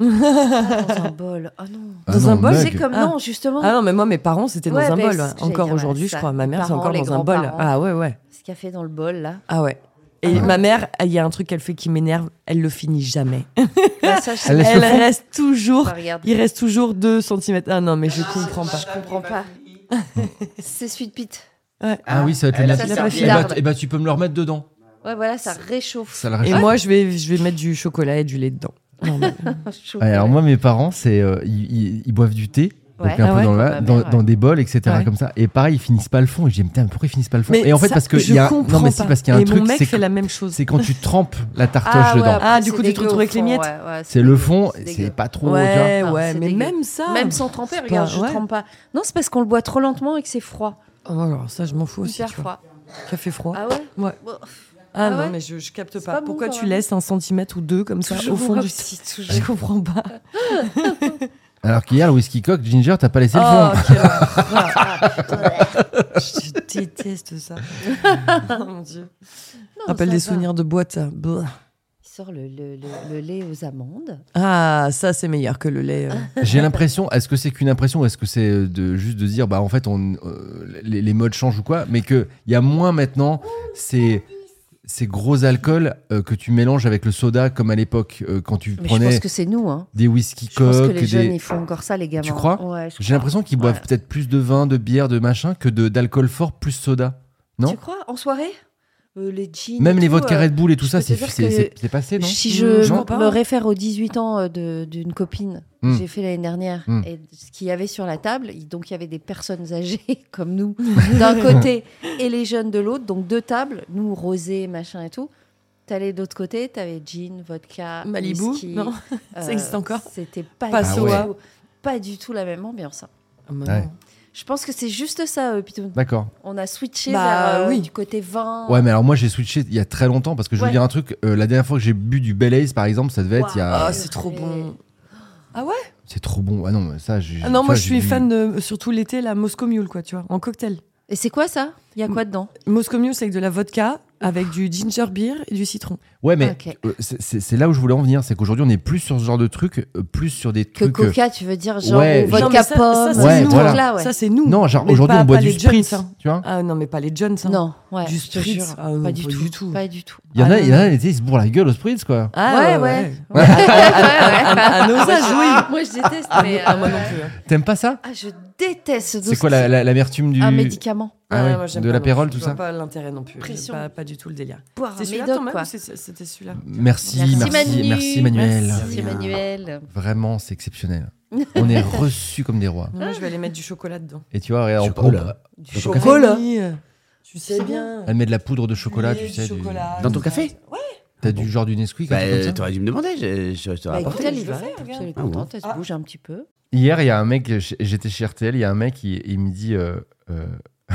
Speaker 1: dans un bol. Oh non.
Speaker 2: Ah
Speaker 3: dans
Speaker 2: non,
Speaker 3: un bol,
Speaker 2: mug.
Speaker 1: C'est comme
Speaker 3: Ah.
Speaker 1: non, justement.
Speaker 3: Ah non, mais moi mes parents c'était dans
Speaker 1: Ouais,
Speaker 3: un
Speaker 1: bah,
Speaker 3: bol.
Speaker 1: c'est
Speaker 3: ouais.
Speaker 1: ce que j'allais
Speaker 3: Encore
Speaker 1: dire, ouais,
Speaker 3: aujourd'hui, je
Speaker 1: ça.
Speaker 3: crois. Ma mère c'est
Speaker 1: Parents,
Speaker 3: encore
Speaker 1: les
Speaker 3: dans un bol.
Speaker 1: grands-parents.
Speaker 3: Ah ouais ouais.
Speaker 1: Ce café dans le bol là.
Speaker 3: Ah ouais. Et
Speaker 2: Ah.
Speaker 3: ma mère, il y a un truc qu'elle fait qui m'énerve, elle le finit jamais.
Speaker 1: Bah, ça, je
Speaker 2: Elle
Speaker 1: sais
Speaker 2: laisse
Speaker 3: Elle
Speaker 2: le fond.
Speaker 3: reste toujours,
Speaker 1: pas, regarde.
Speaker 3: il reste toujours 2 cm. Ah non, mais je comprends pas.
Speaker 1: Je comprends pas. C'est Sweet Pete.
Speaker 3: Ouais.
Speaker 2: Ah, oui, ça va être le
Speaker 4: elle a
Speaker 2: mec.
Speaker 4: sa
Speaker 2: Eh
Speaker 1: La
Speaker 2: bah,
Speaker 4: serviette.
Speaker 1: filarde.
Speaker 2: t- eh bah, tu peux me le remettre dedans.
Speaker 1: Ouais, voilà, ça réchauffe.
Speaker 2: Ça le
Speaker 3: Et
Speaker 2: réchauffe.
Speaker 3: moi, je vais, je vais mettre du chocolat et du lait dedans.
Speaker 1: (laughs)
Speaker 3: Normal.
Speaker 1: Chauffe.
Speaker 2: Ouais, alors moi, mes parents, c'est euh, ils, ils- ils boivent du thé. donc
Speaker 1: Ouais.
Speaker 2: un
Speaker 3: Ah
Speaker 2: peu
Speaker 3: ouais,
Speaker 2: dans,
Speaker 1: comme
Speaker 2: le-
Speaker 1: ma
Speaker 2: dans-
Speaker 1: mère, ouais.
Speaker 2: dans des bols, etc.
Speaker 3: Ouais.
Speaker 2: Comme ça. Et pareil, ils finissent pas le fond. Et je dis, mais putain, mais pourquoi ils finissent pas le fond
Speaker 3: Mais
Speaker 2: Et en fait,
Speaker 3: ça,
Speaker 2: parce que
Speaker 3: je
Speaker 2: il y a,
Speaker 3: comprends
Speaker 2: non, mais si,
Speaker 3: pas.
Speaker 2: parce qu'il y a un
Speaker 3: Et
Speaker 2: truc,
Speaker 3: mon mec
Speaker 2: c'est
Speaker 3: fait
Speaker 2: que-
Speaker 3: la même chose.
Speaker 2: c'est quand tu trempes la tartoche
Speaker 1: ouais,
Speaker 2: dedans.
Speaker 1: après,
Speaker 3: Ah, du coup,
Speaker 1: c'est
Speaker 3: tu te
Speaker 1: dégueu
Speaker 3: retrouves
Speaker 1: au
Speaker 3: avec les
Speaker 1: fond,
Speaker 3: miettes.
Speaker 1: ouais, ouais,
Speaker 2: C'est le
Speaker 1: dégueu,
Speaker 2: fond,
Speaker 1: dégueu.
Speaker 2: c'est pas trop. tu vois.
Speaker 3: Ouais,
Speaker 1: Ah,
Speaker 3: ouais,
Speaker 1: c'est
Speaker 3: mais
Speaker 1: dégueu.
Speaker 3: même ça.
Speaker 1: Même sans tremper,
Speaker 3: c'est
Speaker 1: regarde,
Speaker 3: pas-
Speaker 1: je
Speaker 3: ouais.
Speaker 1: trempe pas. Non, c'est parce qu'on le boit trop lentement et que c'est froid.
Speaker 3: Oh, alors ça, je m'en fous aussi.
Speaker 1: Hyper
Speaker 3: tu vois.
Speaker 1: froid.
Speaker 3: Café froid.
Speaker 1: Ah ouais
Speaker 3: Ouais.
Speaker 1: Bon,
Speaker 3: Ah,
Speaker 1: Ah
Speaker 3: non,
Speaker 1: ouais
Speaker 3: mais je, je capte
Speaker 1: C'est
Speaker 3: pas.
Speaker 1: pas bon,
Speaker 3: Pourquoi
Speaker 1: quand
Speaker 3: tu
Speaker 1: même.
Speaker 3: laisses un centimètre ou deux comme ça au
Speaker 1: Toujours
Speaker 3: fond du
Speaker 1: petit, toujours.
Speaker 3: (laughs) Je comprends pas.
Speaker 2: Alors qu'hier, le whisky cock, Ginger, t'as pas laissé le
Speaker 3: Oh,
Speaker 2: fond.
Speaker 3: quelle horreur. Je déteste (laughs) ça. Oh, mon Dieu.
Speaker 1: Non,
Speaker 3: Rappelle
Speaker 1: ça
Speaker 3: des
Speaker 1: va.
Speaker 3: souvenirs de boîte. ça. Blah.
Speaker 1: Il sort le, le- le- le lait aux amandes.
Speaker 3: Ah, ça, c'est meilleur que le lait. euh.
Speaker 1: Oh.
Speaker 2: J'ai l'impression, est-ce que c'est qu'une impression ou est-ce que c'est euh, de, juste de dire, bah en fait, on, euh, les, les modes changent ou quoi, mais qu'il y a moins maintenant ces, ces gros alcools euh, que tu mélanges avec le soda comme à l'époque euh, quand tu
Speaker 1: Mais je
Speaker 2: prenais
Speaker 1: pense que c'est nous, hein.
Speaker 2: des whisky
Speaker 1: Je pense que
Speaker 2: cock.
Speaker 1: les jeunes,
Speaker 2: des...
Speaker 1: ils font encore ça, les gamins.
Speaker 2: crois
Speaker 1: Ouais, je
Speaker 2: J'ai
Speaker 1: crois.
Speaker 2: l'impression qu'ils boivent
Speaker 1: Ouais.
Speaker 2: peut-être plus de vin, de bière, de machin que de- d'alcool fort plus soda. Non
Speaker 1: Tu crois En soirée Euh, Les jeans.
Speaker 2: Même
Speaker 1: et
Speaker 2: les
Speaker 1: tout,
Speaker 2: vodka
Speaker 1: euh,
Speaker 2: Red Bull et tout
Speaker 1: je
Speaker 2: ça,
Speaker 1: peux te
Speaker 2: c'est
Speaker 1: dire
Speaker 2: c'est-
Speaker 1: que-
Speaker 2: c'est- c'est passé, non Mmh.
Speaker 1: Si je
Speaker 3: Je vois
Speaker 1: me
Speaker 3: pas.
Speaker 1: me réfère aux 18 ans euh, de- d'une copine que
Speaker 2: Mm.
Speaker 1: j'ai fait l'année dernière,
Speaker 2: Mm.
Speaker 1: et ce qu'il y avait sur la table, il- donc il y avait des personnes âgées (laughs) comme nous d'un côté et les jeunes de l'autre, donc deux tables, nous rosés, machin et tout. T'allais de l'autre côté, t'avais gin, vodka,
Speaker 3: Malibu Euh,
Speaker 1: whisky, (laughs)
Speaker 3: Ah,
Speaker 1: euh,
Speaker 3: Non. (laughs) Ça existe encore
Speaker 1: C'était pas,
Speaker 3: Pas
Speaker 1: du
Speaker 2: soa.
Speaker 1: tout- pas du tout la même ambiance. hein.
Speaker 3: Ah, mais
Speaker 2: Ouais.
Speaker 3: non.
Speaker 1: Je pense que c'est juste ça, euh, Pitoun.
Speaker 2: D'accord.
Speaker 1: On a switché
Speaker 3: Bah,
Speaker 1: vers euh,
Speaker 3: oui.
Speaker 1: du côté vin.
Speaker 2: Ouais, mais alors moi j'ai switché il y a très longtemps parce que je vais
Speaker 1: Ouais.
Speaker 2: vous dire un truc. euh, la dernière fois que j'ai bu du Belaise par exemple, ça devait être il y a.
Speaker 3: Ah, c'est trop bon. Ah ouais
Speaker 2: C'est trop bon. Ah non, mais ça, j'ai.
Speaker 3: Ah Non,
Speaker 2: tu
Speaker 3: moi
Speaker 2: vois,
Speaker 3: je
Speaker 2: j'ai
Speaker 3: suis
Speaker 2: bu-
Speaker 3: fan de, surtout l'été, la Moscow Mule, quoi, tu vois, en cocktail.
Speaker 1: Et c'est quoi ça Il y a quoi dedans
Speaker 3: Moscow Mule, c'est avec de la vodka, avec du ginger beer et du citron.
Speaker 2: Ouais, mais
Speaker 1: Ok.
Speaker 2: euh, c'est- c'est c'est là où je voulais en venir. C'est qu'aujourd'hui, on est plus sur ce genre de truc, euh, plus sur des
Speaker 1: Que
Speaker 2: trucs. euh,
Speaker 1: coca, tu veux dire genre
Speaker 2: Ouais,
Speaker 1: ou
Speaker 2: genre-
Speaker 3: Non,
Speaker 1: vodka
Speaker 3: mais ça- ça,
Speaker 1: pomme,
Speaker 3: c'est
Speaker 2: Ouais,
Speaker 1: ce
Speaker 3: nous. hein.
Speaker 2: voilà.
Speaker 1: truc-là, ouais.
Speaker 3: Ça, c'est nous.
Speaker 2: Non, genre
Speaker 3: Mais
Speaker 2: aujourd'hui,
Speaker 3: pas-
Speaker 2: on boit
Speaker 3: pas
Speaker 2: du
Speaker 3: les Jones,
Speaker 2: spritz.
Speaker 3: hein.
Speaker 2: Tu vois
Speaker 3: Ah non, mais pas les Jones. hein.
Speaker 1: Non, ouais.
Speaker 3: Du
Speaker 1: je te
Speaker 3: spritz.
Speaker 1: jure,
Speaker 3: Ah non,
Speaker 1: pas, du
Speaker 3: pas
Speaker 1: tout,
Speaker 3: du tout.
Speaker 1: Pas du tout.
Speaker 2: Il y en a,
Speaker 3: Ah,
Speaker 2: il y en a, ils se bourrent la gueule au spritz, quoi.
Speaker 3: Ah,
Speaker 1: ouais, ouais. ouais.
Speaker 3: à-
Speaker 1: (laughs)
Speaker 3: à nos âges, oui.
Speaker 1: Moi, je déteste. mais,
Speaker 3: Ah,
Speaker 1: euh,
Speaker 3: moi non plus. hein.
Speaker 2: T'aimes pas ça
Speaker 1: Ah, je déteste ce
Speaker 2: C'est quoi la- la- l'amertume du.
Speaker 1: Un médicament.
Speaker 2: Ah ouais,
Speaker 3: moi, j'aime
Speaker 2: de
Speaker 3: pas
Speaker 2: la
Speaker 3: non
Speaker 2: pérole,
Speaker 3: plus.
Speaker 2: tout
Speaker 3: Je vois
Speaker 2: ça.
Speaker 3: pas l'intérêt non plus.
Speaker 1: Pression.
Speaker 3: Pas, pas du tout le délire.
Speaker 1: Boire un
Speaker 3: C'est celui-là,
Speaker 1: médoc,
Speaker 3: toi, même,
Speaker 1: quoi.
Speaker 3: ou c'est- c'était celui-là
Speaker 2: Mmh. Merci,
Speaker 1: Merci,
Speaker 2: merci,
Speaker 1: Manu.
Speaker 2: merci, Manuel.
Speaker 1: Merci, Emmanuel.
Speaker 2: Vraiment, c'est
Speaker 3: (laughs)
Speaker 2: exceptionnel. on est reçus comme des rois.
Speaker 3: Non, Moi, je vais aller mettre du chocolat dedans.
Speaker 2: Et tu vois, regarde, on-
Speaker 4: Chocolat.
Speaker 2: Dans ton café,
Speaker 3: Chocolat Tu sais bien.
Speaker 2: elle met de la poudre de chocolat,
Speaker 3: Du lait,
Speaker 2: tu
Speaker 3: du
Speaker 2: sais. du-
Speaker 3: chocolat.
Speaker 4: Dans ton café
Speaker 2: T'as du genre du Nesquik. un
Speaker 4: Bah,
Speaker 2: truc comme ça
Speaker 4: t'aurais dû me demander, je, je, je te
Speaker 1: Bah,
Speaker 4: rapporte.
Speaker 1: écoute,
Speaker 3: Apportez,
Speaker 1: elle y
Speaker 3: je
Speaker 1: va.
Speaker 2: hein,
Speaker 3: vais,
Speaker 1: Elle
Speaker 3: regarde.
Speaker 1: est
Speaker 4: Ah
Speaker 1: contente, elle se bouge un petit peu.
Speaker 2: Hier, il y a un mec, j- j'étais chez RTL, il y a un mec, il, il me dit. euh, euh, (laughs)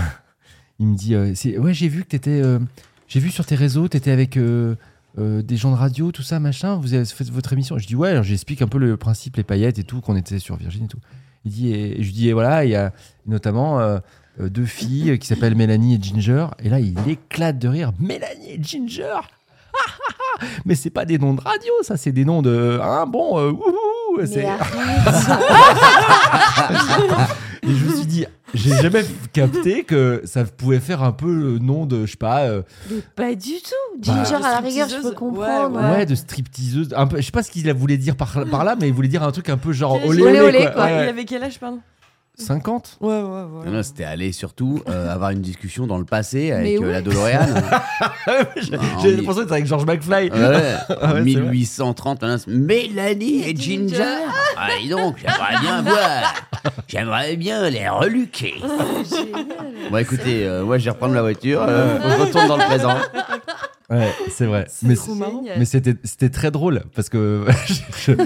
Speaker 2: il me dit euh, c'est- Ouais, j'ai vu que t'étais. euh, j'ai vu sur tes réseaux, t'étais avec euh, euh, des gens de radio, tout ça, machin. Vous avez fait votre émission. Je dis Ouais, alors j'explique un peu le principe, les paillettes et tout, qu'on était sur Virgin et tout. Il dit et, et je lui dis Et voilà, il y a notamment. euh, euh, deux filles qui s'appellent Mélanie et Ginger. Et là, il éclate de rire. Mélanie et Ginger (laughs) Mais c'est pas des noms de radio, ça, c'est des noms de. Hein, bon, euh, wouhou c'est-
Speaker 1: Mais arrête.
Speaker 2: et je me suis dit, j'ai jamais capté que ça pouvait faire un peu le nom de, je sais pas, euh,
Speaker 1: Mais pas du tout.
Speaker 2: Bah,
Speaker 1: Ginger, à la rigueur, je
Speaker 3: stripteaseuse.
Speaker 1: peux comprendre.
Speaker 2: ouais, de stripteaseuse. Un peu, je sais pas ce qu'il voulait dire par, par là, mais il voulait dire un truc un peu genre
Speaker 3: Quel
Speaker 2: olé
Speaker 1: olé,
Speaker 2: olé,
Speaker 1: olé,
Speaker 2: quoi.
Speaker 1: quoi.
Speaker 2: Ouais,
Speaker 3: Il
Speaker 2: ouais.
Speaker 3: avait quel âge, pardon
Speaker 2: 50
Speaker 3: Ouais, ouais, ouais.
Speaker 4: Non, non, c'était aller surtout euh, avoir une discussion dans le
Speaker 1: Mais
Speaker 4: passé avec euh,
Speaker 1: ouais.
Speaker 4: la DeLorean.
Speaker 2: Ah J'ai
Speaker 4: Non,
Speaker 2: j'ai
Speaker 4: mais-
Speaker 2: l'impression d'être avec George McFly.
Speaker 4: Ouais,
Speaker 2: Ah ouais, c'est
Speaker 4: 1830, hein, Mélanie et Ginger. Ah, dis donc, j'aimerais bien voir. J'aimerais bien les reluquer. Bon, écoutez, euh, moi, je vais reprendre la voiture. euh, on retourne dans le présent.
Speaker 2: Ouais, c'est vrai. Mais
Speaker 3: trop
Speaker 2: c'est-
Speaker 3: marrant.
Speaker 2: mais c'était c'était très drôle parce que (laughs) je- je- tu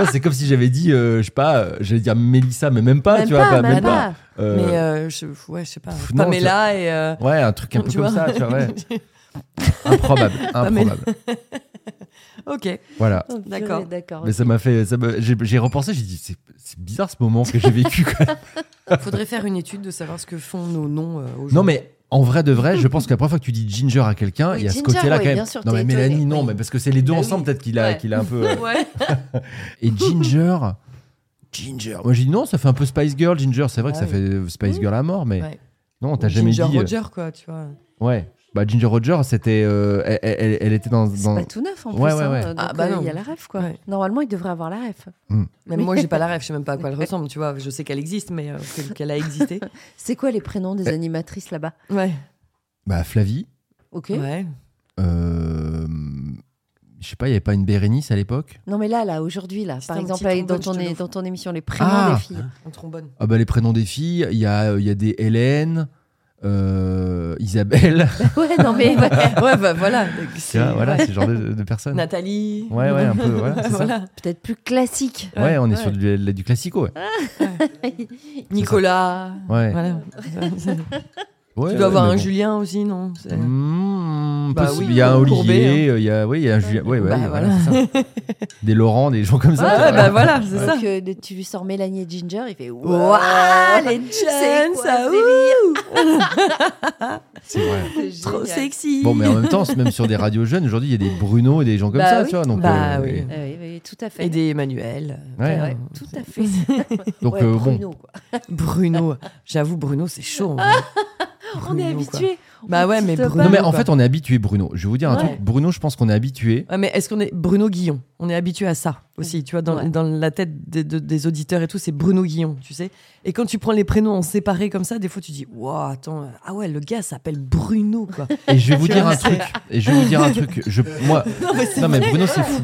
Speaker 2: vois c'est comme si j'avais dit euh, je sais pas euh, j'allais dire Mélissa mais même pas
Speaker 1: Même
Speaker 2: tu vois
Speaker 1: pas,
Speaker 2: pas,
Speaker 1: même
Speaker 2: même pas. Euh,
Speaker 3: Mais euh, je, ouais, je sais pas.
Speaker 2: Pff, non,
Speaker 3: Pamela et. euh,
Speaker 2: ouais un truc un peu
Speaker 3: tu
Speaker 2: comme
Speaker 3: vois.
Speaker 2: ça tu vois
Speaker 3: (laughs)
Speaker 2: ouais. improbable
Speaker 3: mais-
Speaker 2: improbable
Speaker 1: Oh,
Speaker 3: ok.
Speaker 2: voilà
Speaker 3: D'accord.
Speaker 1: D'accord.
Speaker 2: Mais ça m'a fait. Ça m'a- j'ai, j'ai repensé, j'ai dit, c'est, c'est bizarre ce moment que j'ai vécu. quoi.
Speaker 1: (laughs)
Speaker 3: Faudrait faire une étude de savoir ce que font nos noms euh, aujourd'hui.
Speaker 2: non, mais en vrai de vrai, je pense que la première fois que tu dis Ginger à quelqu'un,
Speaker 1: Oui,
Speaker 2: il y a
Speaker 1: Ginger,
Speaker 2: ce côté-là
Speaker 1: ouais,
Speaker 2: quand même.
Speaker 1: bien sûr,
Speaker 2: non, mais
Speaker 1: t'es
Speaker 2: Mélanie,
Speaker 1: étonné,
Speaker 2: non,
Speaker 1: oui.
Speaker 2: mais parce que c'est les deux
Speaker 1: Bah
Speaker 2: ensemble,
Speaker 1: oui.
Speaker 2: peut-être qu'il a,
Speaker 1: Ouais.
Speaker 2: qu'il a
Speaker 1: (laughs)
Speaker 2: un peu. euh,
Speaker 3: Ouais.
Speaker 2: Et Ginger. Ginger. Moi, j'ai dit non, ça fait un peu Spice Girl, Ginger. C'est vrai que ça
Speaker 3: Ah oui.
Speaker 1: Mmh.
Speaker 2: fait euh, Spice Girl à mort, mais
Speaker 3: Ouais.
Speaker 2: non, t'as jamais
Speaker 3: Ginger
Speaker 2: dit. euh,
Speaker 3: Roger, quoi, tu vois.
Speaker 2: Ouais. Bah, Ginger Rogers, c'était, euh, elle, elle- elle était dans.
Speaker 1: C'est
Speaker 2: dans-
Speaker 1: pas tout neuf en
Speaker 2: Ouais,
Speaker 1: plus.
Speaker 2: ouais,
Speaker 1: hein,
Speaker 2: ouais.
Speaker 1: donc,
Speaker 3: Ah, bah
Speaker 1: euh,
Speaker 3: non.
Speaker 1: Il y a la ref, quoi.
Speaker 3: Ouais.
Speaker 1: Normalement, il devrait avoir la ref.
Speaker 3: Même moi, j'ai pas la rêve, je sais même pas à
Speaker 1: (laughs)
Speaker 3: quoi elle ressemble, tu vois. Je sais qu'elle existe, mais euh, que- qu'elle a existé.
Speaker 1: C'est quoi les prénoms des
Speaker 2: Eh.
Speaker 1: animatrices là-bas
Speaker 3: Ouais.
Speaker 2: Bah, Flavie.
Speaker 1: Ok.
Speaker 3: Ouais.
Speaker 2: euh, Je sais pas, il n'y avait pas une Bérénice à l'époque
Speaker 1: Non, mais là, là, aujourd'hui, là,
Speaker 3: C'est
Speaker 1: par
Speaker 3: un
Speaker 1: exemple,
Speaker 3: petit
Speaker 1: avec- dans
Speaker 3: trombone,
Speaker 1: ton,
Speaker 3: je te
Speaker 1: é-
Speaker 3: l'offre.
Speaker 1: dans ton émission, les prénoms
Speaker 2: Ah.
Speaker 1: des filles. (laughs)
Speaker 3: En trombone.
Speaker 2: ah bah, Les prénoms des filles, il y a, euh, il y a des Hélène, euh, Isabelle.
Speaker 1: ouais, non, mais (laughs) ouais.
Speaker 3: ouais, bah voilà.
Speaker 2: (laughs) Tu
Speaker 3: C'est-
Speaker 2: vois, voilà, ce genre de, de personnes.
Speaker 3: Nathalie.
Speaker 2: Ouais, ouais, un peu, voilà, c'est ça.
Speaker 3: (laughs) Voilà.
Speaker 1: peut-être plus classique.
Speaker 2: Ouais, on est sur du, du classico. Ouais.
Speaker 3: Nicolas.
Speaker 2: Ouais.
Speaker 3: Voilà.
Speaker 2: Ouais,
Speaker 3: tu
Speaker 2: ouais,
Speaker 3: dois avoir
Speaker 2: mais
Speaker 3: un
Speaker 2: bon. Mm.
Speaker 3: Julien aussi, non C'est-
Speaker 2: Mmh,
Speaker 3: Bah
Speaker 2: possible.
Speaker 3: oui,
Speaker 2: il y a un
Speaker 3: Courbet, hein.
Speaker 2: Olivier, euh, il y a, oui, il y a un Julien. Ouais, ouais,
Speaker 3: Bah
Speaker 2: voilà,
Speaker 3: voilà. (laughs)
Speaker 2: c'est ça. des Laurent, des gens comme ça.
Speaker 3: Ah,
Speaker 2: tu vois.
Speaker 3: ouais, bah voilà, c'est ça.
Speaker 1: Donc, euh, de- tu lui sors Mélanie et Ginger, il fait
Speaker 3: Ouah,
Speaker 1: Waouh, les jeunes,
Speaker 3: jeunes, ça,
Speaker 1: ça
Speaker 2: (laughs) C'est vrai.
Speaker 3: Trop sexy.
Speaker 2: Bon, mais en même temps, c'est même sur des radios jeunes, aujourd'hui, il y a des Bruno et des gens comme
Speaker 1: Bah
Speaker 2: ça,
Speaker 1: oui.
Speaker 2: tu vois. Donc,
Speaker 3: Bah
Speaker 2: euh,
Speaker 3: oui.
Speaker 2: et-
Speaker 1: Oui, oui, tout à fait.
Speaker 3: Et des Emmanuel.
Speaker 2: ouais.
Speaker 1: Ouais, tout
Speaker 3: (laughs)
Speaker 1: à fait.
Speaker 2: Donc,
Speaker 1: Ouais,
Speaker 2: euh, bon,
Speaker 1: Bruno, quoi.
Speaker 3: Bruno. J'avoue, Bruno, c'est chaud. en vrai.
Speaker 1: (laughs) On est
Speaker 3: Bruno, quoi.
Speaker 1: habitué.
Speaker 3: Bah ouais, mais
Speaker 1: Petite
Speaker 3: Bruno.
Speaker 2: Non, mais en
Speaker 3: quoi.
Speaker 2: fait, on est habitué, Bruno. Je vais vous dire un
Speaker 1: Ouais.
Speaker 2: truc. Bruno, je pense qu'on est habitué.
Speaker 3: Ouais, mais est-ce qu'on est Bruno Guillon On est habitué à ça aussi, tu vois, dans,
Speaker 1: Ouais.
Speaker 3: dans la tête des, de- des auditeurs et tout, c'est Bruno Guillon, tu sais. Et quand tu prends les prénoms en séparé comme ça, des fois tu dis, waouh, attends, euh, ah ouais, le gars s'appelle Bruno, quoi.
Speaker 2: Et je vais vous
Speaker 3: Tu
Speaker 2: dire
Speaker 3: vois,
Speaker 2: un truc. Et je vais vous dire un truc. Je, moi, non, mais Bruno, c'est fou.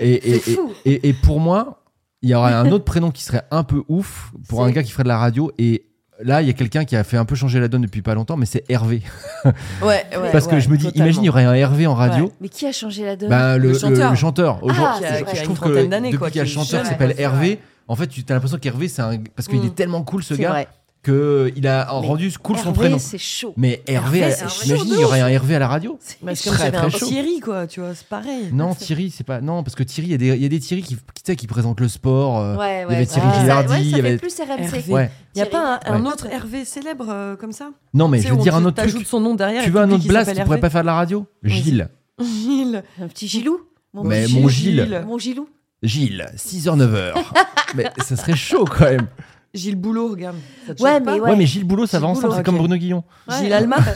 Speaker 2: Et, et,
Speaker 1: C'est fou.
Speaker 2: Et, et- et pour moi, il y aurait un autre prénom qui serait un peu ouf pour un
Speaker 1: C'est-
Speaker 2: gars qui ferait de la radio. Et là, il y a quelqu'un qui a fait un peu changer la donne depuis pas longtemps, mais c'est Hervé.
Speaker 3: (laughs) ouais, ouais.
Speaker 2: Parce que je me dis, imagine, il y aurait un Hervé en radio.
Speaker 1: Mais qui a changé la donne
Speaker 2: Bah, le,
Speaker 3: Le
Speaker 2: le- le chanteur.
Speaker 3: chanteur.
Speaker 2: Aujourd'hui,
Speaker 1: c'est vrai.
Speaker 2: je
Speaker 3: Il y a
Speaker 2: trouve
Speaker 3: une trentaine
Speaker 2: que
Speaker 3: d'années,
Speaker 2: depuis
Speaker 3: quoi,
Speaker 2: qu'il y a le
Speaker 3: qui est
Speaker 2: chanteur qui
Speaker 3: jeune,
Speaker 2: s'appelle
Speaker 3: ouais, c'est
Speaker 2: Hervé, en fait, tu as l'impression qu'Hervé, c'est un... parce qu'il
Speaker 3: Mm.
Speaker 2: est tellement cool ce
Speaker 1: C'est
Speaker 2: gars
Speaker 1: vrai.
Speaker 2: qu'il a
Speaker 1: Mais
Speaker 2: rendu cool son
Speaker 1: Hervé,
Speaker 2: prénom.
Speaker 1: C'est chaud.
Speaker 2: Mais Hervé,
Speaker 1: Hervé, c'est
Speaker 2: imagine, il y aurait un Hervé à la radio.
Speaker 3: Parce que
Speaker 2: Très,
Speaker 3: j'avais
Speaker 2: très
Speaker 3: un
Speaker 2: chaud.
Speaker 3: Thierry, quoi, tu vois, c'est pareil.
Speaker 2: Non, Thierry, c'est pas. Non, parce que Thierry, il y a des- il y, a des Thierry qui, qui, tu sais, qui présentent le sport. euh,
Speaker 1: Ouais, ouais,
Speaker 2: il y avait
Speaker 1: ça
Speaker 2: Thierry
Speaker 1: fait- ça-
Speaker 2: Gilardi,
Speaker 1: ouais,
Speaker 2: il
Speaker 1: ça
Speaker 2: y
Speaker 1: fait
Speaker 2: avait-
Speaker 1: plus RMC.
Speaker 3: Hervé.
Speaker 2: Ouais.
Speaker 3: Il n'y a
Speaker 1: Thierry.
Speaker 3: pas un, un
Speaker 2: Ouais.
Speaker 3: autre Hervé célèbre euh, comme ça
Speaker 2: Non, mais
Speaker 3: Tu
Speaker 2: je
Speaker 3: sais,
Speaker 2: veux
Speaker 3: on
Speaker 2: dire
Speaker 3: te-
Speaker 2: un autre
Speaker 3: t'ajoutes
Speaker 2: truc.
Speaker 3: son nom derrière.
Speaker 2: Tu
Speaker 3: et
Speaker 2: veux un
Speaker 3: t'oublies
Speaker 2: autre
Speaker 3: qu'il
Speaker 2: blast
Speaker 3: s'appelle
Speaker 2: Tu pourrais
Speaker 3: Hervé.
Speaker 2: pas faire de la radio
Speaker 3: Vas-y.
Speaker 2: Gilles.
Speaker 3: Gilles.
Speaker 1: Un petit Gilou. Mon
Speaker 2: Mais
Speaker 1: petit
Speaker 2: mon
Speaker 1: Gilou.
Speaker 2: Gilles.
Speaker 1: Mon Gilou.
Speaker 2: Gilles, 6h, 9h.
Speaker 3: (laughs)
Speaker 2: mais ça serait chaud quand même.
Speaker 3: Gilles Boulot, regarde. Ça te
Speaker 1: Ouais,
Speaker 3: choque
Speaker 1: mais
Speaker 3: pas
Speaker 2: Ouais, mais Gilles Boulot, ça va
Speaker 1: Gilles
Speaker 2: ensemble,
Speaker 1: Boulot,
Speaker 2: c'est comme
Speaker 3: ok.
Speaker 2: Bruno Guillon.
Speaker 1: Ouais.
Speaker 3: Gilles Alma
Speaker 1: (laughs)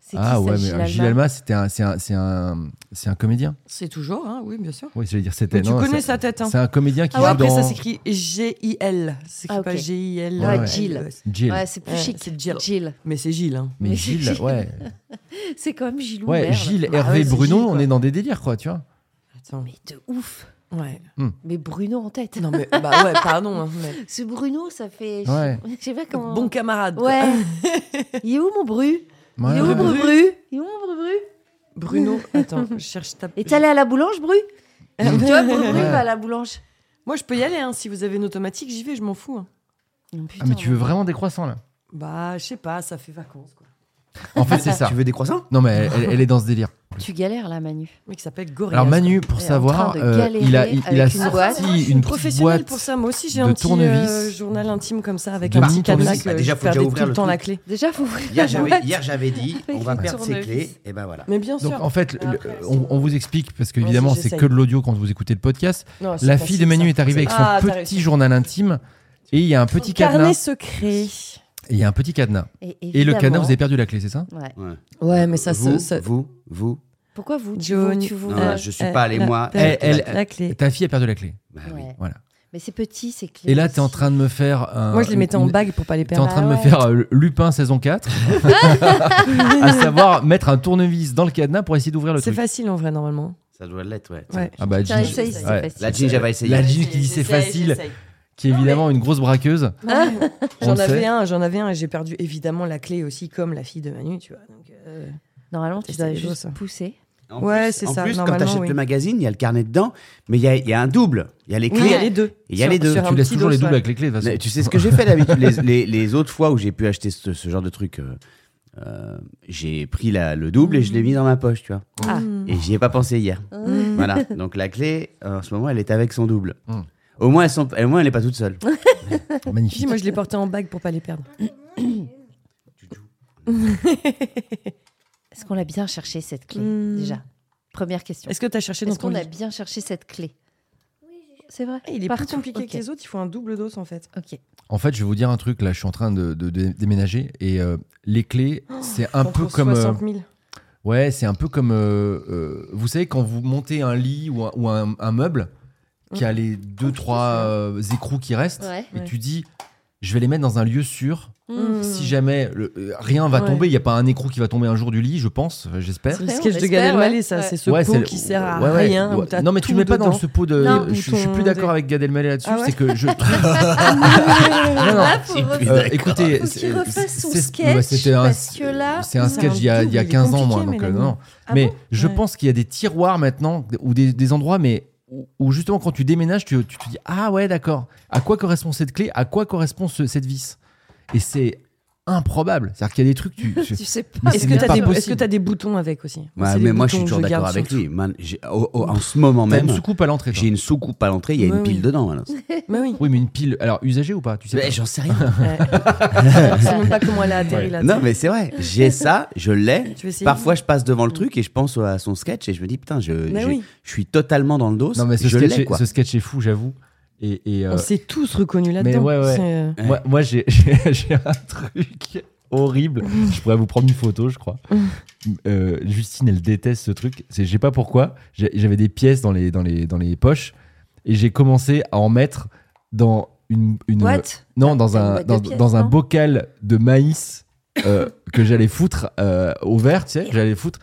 Speaker 1: C'est qui
Speaker 2: Ah
Speaker 1: ça,
Speaker 2: ouais, mais euh, Gilles Alma, c'était un- c'est un, c'est un, c'est un comédien.
Speaker 3: C'est toujours, hein, oui, bien sûr.
Speaker 2: Oui, j'allais dire c'était.
Speaker 3: Mais tu
Speaker 2: non,
Speaker 3: connais
Speaker 2: c'est-
Speaker 3: sa tête. Hein.
Speaker 2: C'est un comédien qui
Speaker 3: Ah ouais,
Speaker 2: joue
Speaker 3: après,
Speaker 2: dans
Speaker 3: ça s'écrit G-I-L. C'est
Speaker 1: Ah, ok.
Speaker 3: pas G-I-L.
Speaker 2: Ouais, ouais.
Speaker 1: Gilles.
Speaker 3: Ouais.
Speaker 2: Gilles.
Speaker 1: Ouais, c'est plus
Speaker 3: Ouais,
Speaker 1: chic.
Speaker 3: c'est Jill.
Speaker 1: Jill.
Speaker 3: Mais c'est Gilles. Hein.
Speaker 2: mais
Speaker 1: mais
Speaker 2: Gilles,
Speaker 1: Gilles.
Speaker 3: (laughs)
Speaker 2: ouais,
Speaker 1: C'est comme Gilou.
Speaker 2: ouais,
Speaker 1: merde.
Speaker 2: Gilles,
Speaker 3: Bah
Speaker 2: Hervé,
Speaker 3: ouais, c'est
Speaker 2: Bruno,
Speaker 3: Gilles,
Speaker 2: on
Speaker 3: quoi.
Speaker 2: est dans des délires quoi, tu vois.
Speaker 3: Attends.
Speaker 1: Mais de ouf.
Speaker 3: Ouais.
Speaker 1: Mais Bruno en tête.
Speaker 3: Non, mais bah ouais, pardon. hein, mais-
Speaker 1: Ce Bruno, ça fait.
Speaker 2: Ouais.
Speaker 1: Je sais pas (laughs) comment.
Speaker 3: Bon camarade. quoi.
Speaker 1: Ouais. (laughs) Il est où mon Bru Il
Speaker 2: Ouais,
Speaker 1: est
Speaker 2: ouais.
Speaker 1: où Bru Bru Il est où mon Bru Bru (laughs)
Speaker 3: Bruno, attends, je cherche ta.
Speaker 1: Et t'es allé à la boulange,
Speaker 2: (laughs)
Speaker 1: Bru Tu vois, Bru Bru
Speaker 2: Ouais.
Speaker 1: va à la boulange.
Speaker 3: Moi, je peux y aller. Hein. Si vous avez une automatique, j'y vais, je m'en fous. hein.
Speaker 2: Ah mais tu veux vraiment des croissants là
Speaker 3: Bah, je sais pas, ça fait vacances. quoi.
Speaker 2: En fait,
Speaker 4: (laughs)
Speaker 2: c'est ça.
Speaker 4: Tu veux des croissants
Speaker 2: Non mais elle, elle- elle est dans ce délire.
Speaker 1: Tu galères là, Manu.
Speaker 3: Le mec s'appelle Gorillaz.
Speaker 2: Alors Manu,
Speaker 1: Elle
Speaker 2: pour
Speaker 1: est en
Speaker 2: savoir,
Speaker 1: train de
Speaker 2: euh,
Speaker 1: galérer
Speaker 2: il a, il, il a
Speaker 1: avec une boîte.
Speaker 2: sorti
Speaker 3: Moi, je suis
Speaker 2: une petite
Speaker 3: professionnelle
Speaker 2: boîte.
Speaker 3: pour ça. Moi aussi, j'ai
Speaker 2: de
Speaker 3: un petit
Speaker 2: tournevis.
Speaker 3: euh, journal intime comme ça avec
Speaker 2: De
Speaker 3: un petit
Speaker 2: mini tournevis.
Speaker 3: cadenas
Speaker 4: Bah,
Speaker 3: que
Speaker 4: déjà,
Speaker 3: je
Speaker 4: faut déjà
Speaker 3: perdais tout
Speaker 4: ouvrir
Speaker 3: le
Speaker 4: le
Speaker 3: temps
Speaker 4: truc.
Speaker 3: la clé.
Speaker 1: Déjà, faut ouvrir.
Speaker 3: (laughs)
Speaker 4: Hier,
Speaker 1: la
Speaker 4: j'avais,
Speaker 1: boîte.
Speaker 4: hier, j'avais dit, on va
Speaker 1: Avec
Speaker 4: perdre ses
Speaker 1: tournevis.
Speaker 4: clés. Et ben voilà.
Speaker 3: Mais bien sûr.
Speaker 2: Donc en fait, le-
Speaker 3: Après,
Speaker 2: on, on vous explique parce qu'évidemment
Speaker 3: Vas-y,
Speaker 2: c'est
Speaker 3: j'essaye.
Speaker 2: que de l'audio quand vous écoutez le podcast.
Speaker 3: Non, c'est
Speaker 2: La
Speaker 3: facile,
Speaker 2: fille de Manu
Speaker 3: ça.
Speaker 2: est arrivée avec son
Speaker 3: Ah, t'as
Speaker 2: petit
Speaker 3: réussi.
Speaker 2: journal intime et il y a un petit
Speaker 3: carnet
Speaker 2: cadenas.
Speaker 3: secret.
Speaker 2: Et Il y a un petit cadenas.
Speaker 1: Et,
Speaker 2: Et le
Speaker 1: évidemment-
Speaker 2: cadenas, vous avez perdu la clé, c'est ça
Speaker 1: Ouais.
Speaker 3: Ouais, mais ça,
Speaker 4: vous,
Speaker 3: se- ça-
Speaker 4: vous, vous.
Speaker 1: Pourquoi vous tu
Speaker 3: Johnny-
Speaker 1: vous- tu vous-
Speaker 4: Non,
Speaker 2: Ah,
Speaker 1: euh,
Speaker 4: je suis pas allé, moi.
Speaker 3: la-
Speaker 2: Elle- elle-
Speaker 3: la- la clé.
Speaker 2: Ta fille a perdu la clé.
Speaker 4: Bah oui.
Speaker 1: ouais.
Speaker 2: Voilà.
Speaker 1: Mais c'est petit, c'est clé.
Speaker 2: ah Et là, t'es en train de me faire. un-
Speaker 3: Moi, je les mettais en
Speaker 2: une-
Speaker 3: bague pour pas les
Speaker 2: T'es en
Speaker 3: perdre.
Speaker 2: train de
Speaker 1: Bah
Speaker 2: me
Speaker 1: ouais.
Speaker 2: faire euh, Lupin saison
Speaker 3: (laughs)
Speaker 2: 4, (laughs) à savoir mettre un tournevis dans le cadenas pour essayer d'ouvrir le
Speaker 3: C'est
Speaker 2: truc.
Speaker 3: facile en vrai, normalement.
Speaker 4: Ça doit l'être, ouais.
Speaker 3: Ouais.
Speaker 2: Ah bah,
Speaker 1: Tiens,
Speaker 2: Ginge-
Speaker 1: essaye, c'est
Speaker 2: ouais.
Speaker 1: facile.
Speaker 4: La Ginge, elle va essayer.
Speaker 2: La Ginge qui dit c'est facile, qui est évidemment une grosse
Speaker 3: (laughs)
Speaker 2: braqueuse. On
Speaker 3: J'en
Speaker 2: le sait.
Speaker 3: avais un, j'en avais un et j'ai perdu évidemment la clé aussi comme la fille de Manu, tu vois. Donc, euh,
Speaker 1: Normalement, tu
Speaker 3: C'est
Speaker 1: dois
Speaker 3: des
Speaker 1: juste
Speaker 3: choses, ça.
Speaker 1: pousser.
Speaker 4: En
Speaker 3: Ouais,
Speaker 4: plus-
Speaker 3: c'est
Speaker 4: en
Speaker 3: ça,
Speaker 4: plus, quand
Speaker 3: normalement,
Speaker 4: t'achètes
Speaker 3: oui.
Speaker 4: le magazine, il y a le carnet dedans, mais il y a, il y a un double. Il y a les
Speaker 3: Oui,
Speaker 4: clés.
Speaker 3: il y a les deux.
Speaker 4: Il y a
Speaker 3: Sur-
Speaker 4: les deux.
Speaker 3: sur
Speaker 2: Tu
Speaker 3: un
Speaker 2: laisses
Speaker 3: petit
Speaker 2: toujours les
Speaker 3: dos,
Speaker 2: doubles
Speaker 3: ouais.
Speaker 2: avec les clés de toute façon.
Speaker 4: Mais Tu sais ce que j'ai fait
Speaker 2: (laughs)
Speaker 4: d'habitude les, les- les autres fois où j'ai pu acheter ce, ce genre de truc euh, euh, j'ai pris la- le double et je l'ai mis dans ma poche, tu vois.
Speaker 1: Ah.
Speaker 4: Et j'y ai pas pensé hier.
Speaker 3: Mm. (laughs)
Speaker 4: Voilà. Donc la clé, euh, en ce moment, elle est avec son double.
Speaker 2: Mm.
Speaker 4: Au moins, elles sont- au moins, elle n'est pas toute seule.
Speaker 3: Ah, (laughs) Si,
Speaker 2: Magnifique.
Speaker 3: moi je les portais en bague pour pas les perdre.
Speaker 1: Est-ce qu'on l'a bien cherché cette clé
Speaker 3: Hmm.
Speaker 1: déjà Première question.
Speaker 3: Est-ce que t'as cherché dans
Speaker 1: Est-ce
Speaker 3: ton
Speaker 1: qu'on a
Speaker 3: lit
Speaker 1: bien cherché cette clé C'est vrai.
Speaker 3: Ah, Il est plus
Speaker 1: Partout,
Speaker 3: compliqué
Speaker 1: ok.
Speaker 3: que les autres, il faut un double dos en fait.
Speaker 1: Ok.
Speaker 2: En fait, je vais vous dire un truc. Là, je suis en train de, de- de déménager et euh, les clés,
Speaker 3: Oh,
Speaker 2: c'est un
Speaker 3: Pour-
Speaker 2: peu
Speaker 3: pour
Speaker 2: comme. euh,
Speaker 3: 60 000.
Speaker 2: ouais, c'est un peu comme. euh, euh, vous savez, quand vous montez un lit ou un, ou un- un meuble, qui a les deux, trois euh, écrous qui restent,
Speaker 1: Ouais.
Speaker 2: et
Speaker 3: Mmh. Ouais.
Speaker 2: tu dis, je vais les mettre dans un lieu sûr.
Speaker 1: (laughs) Mmh.
Speaker 2: (laughs) Si jamais le- euh, rien va
Speaker 3: Ouais.
Speaker 2: tomber, il n'y a pas un écrou qui va tomber un jour du lit, je pense, euh, j'espère.
Speaker 3: C'est le
Speaker 1: Ouais, on
Speaker 3: sketch de
Speaker 1: l'espère,
Speaker 3: Gad Elmaleh,
Speaker 1: ouais.
Speaker 3: ça.
Speaker 1: Ouais.
Speaker 3: C'est ce
Speaker 2: Ouais,
Speaker 3: pot
Speaker 2: c'est le-
Speaker 3: qui sert à
Speaker 2: ouais, ouais,
Speaker 3: rien.
Speaker 2: ouais.
Speaker 3: où t'as
Speaker 2: Non, mais tu
Speaker 3: tout
Speaker 2: mets pas dans
Speaker 3: dedans.
Speaker 2: ce pot de.
Speaker 3: Non.
Speaker 2: je, je suis plus
Speaker 3: Boutons,
Speaker 2: d'accord
Speaker 3: des-
Speaker 2: avec Gad Elmaleh là-dessus.
Speaker 3: Ah ouais
Speaker 2: c'est que
Speaker 3: (laughs)
Speaker 2: je.
Speaker 1: Ah,
Speaker 2: non.
Speaker 1: là, faut
Speaker 4: C'est
Speaker 1: refaire-
Speaker 4: plus-
Speaker 2: Euh,
Speaker 4: D'accord.
Speaker 2: écoutez,
Speaker 1: Faut
Speaker 2: c'est-
Speaker 1: qu'il refasse son
Speaker 2: c'est-
Speaker 1: sketch,
Speaker 2: ouais, c'était un-
Speaker 1: parce que là,
Speaker 2: c'est un
Speaker 3: c'est
Speaker 2: sketch
Speaker 3: un
Speaker 2: d'il y a, il y a
Speaker 3: double, il est
Speaker 2: 15 ans, moi. Donc,
Speaker 3: compliqué,
Speaker 2: euh, non,
Speaker 3: Mélanie.
Speaker 2: non. mais je
Speaker 3: Ah Ouais.
Speaker 2: pense qu'il y a des tiroirs maintenant, ou des, des endroits, mais où, où justement, quand tu déménages, tu, tu te dis Ah ouais, d'accord. À quoi correspond cette clé À quoi correspond ce- cette vis Et c'est improbable. C'est-à-dire qu'il y a des trucs. Tu,
Speaker 1: tu sais pas.
Speaker 2: Mais
Speaker 3: Est-ce
Speaker 2: c'est
Speaker 3: que
Speaker 2: même
Speaker 3: t'as
Speaker 2: pas
Speaker 3: des,
Speaker 2: possible.
Speaker 3: est-ce que t'as des boutons avec aussi
Speaker 4: Ouais,
Speaker 3: C'est les
Speaker 4: Bah, mais moi, je suis
Speaker 3: boutons
Speaker 4: toujours
Speaker 3: que
Speaker 4: d'accord
Speaker 3: garde
Speaker 4: avec
Speaker 3: surtout.
Speaker 4: lui. Man, j'ai- au- au- en ce moment
Speaker 2: T'as une
Speaker 4: même,
Speaker 2: soucoupe à l'entrée. toi.
Speaker 4: j'ai une soucoupe à l'entrée, il y a
Speaker 3: Ouais,
Speaker 4: une
Speaker 3: oui.
Speaker 4: pile dedans.
Speaker 3: (laughs)
Speaker 4: alors.
Speaker 2: (laughs)
Speaker 3: Mais oui.
Speaker 2: Oui, mais une pile. Alors, usagée ou pas Tu sais
Speaker 4: Mais
Speaker 2: pas.
Speaker 4: J'en sais rien.
Speaker 3: Ouais. Je sais même pas comment elle a atterri là.
Speaker 4: Non, mais c'est vrai. J'ai ça, je l'ai.
Speaker 3: Ah, (laughs) Tu veux essayer
Speaker 4: Parfois, je passe devant le truc et je pense à son sketch et je me dis, putain, je,
Speaker 3: Mais
Speaker 4: je,
Speaker 3: oui.
Speaker 4: je suis totalement dans le dos.
Speaker 2: Non, mais ce
Speaker 4: je
Speaker 2: sketch,
Speaker 4: l'ai,
Speaker 2: est,
Speaker 4: quoi.
Speaker 2: ce sketch est fou, j'avoue. Et, et, euh,
Speaker 3: On s'est tous reconnus là-dedans.
Speaker 2: ouais, ouais.
Speaker 3: C'est, euh,
Speaker 2: Moi, moi, j'ai (laughs) j'ai- j'ai un truc horrible. Je pourrais vous prendre une photo, je crois. Euh, Justine, elle déteste ce truc. C'est, je sais pas pourquoi. J'ai- J'avais des pièces dans les, dans les, dans les poches et j'ai commencé à en mettre dans une, une
Speaker 5: What
Speaker 2: non, dans
Speaker 1: T'as une
Speaker 2: un,
Speaker 1: boîte
Speaker 2: dans,
Speaker 1: de pièces,
Speaker 2: dans un
Speaker 1: non
Speaker 2: bocal de maïs euh, que j'allais foutre euh, au verre, tu sais, j'allais foutre.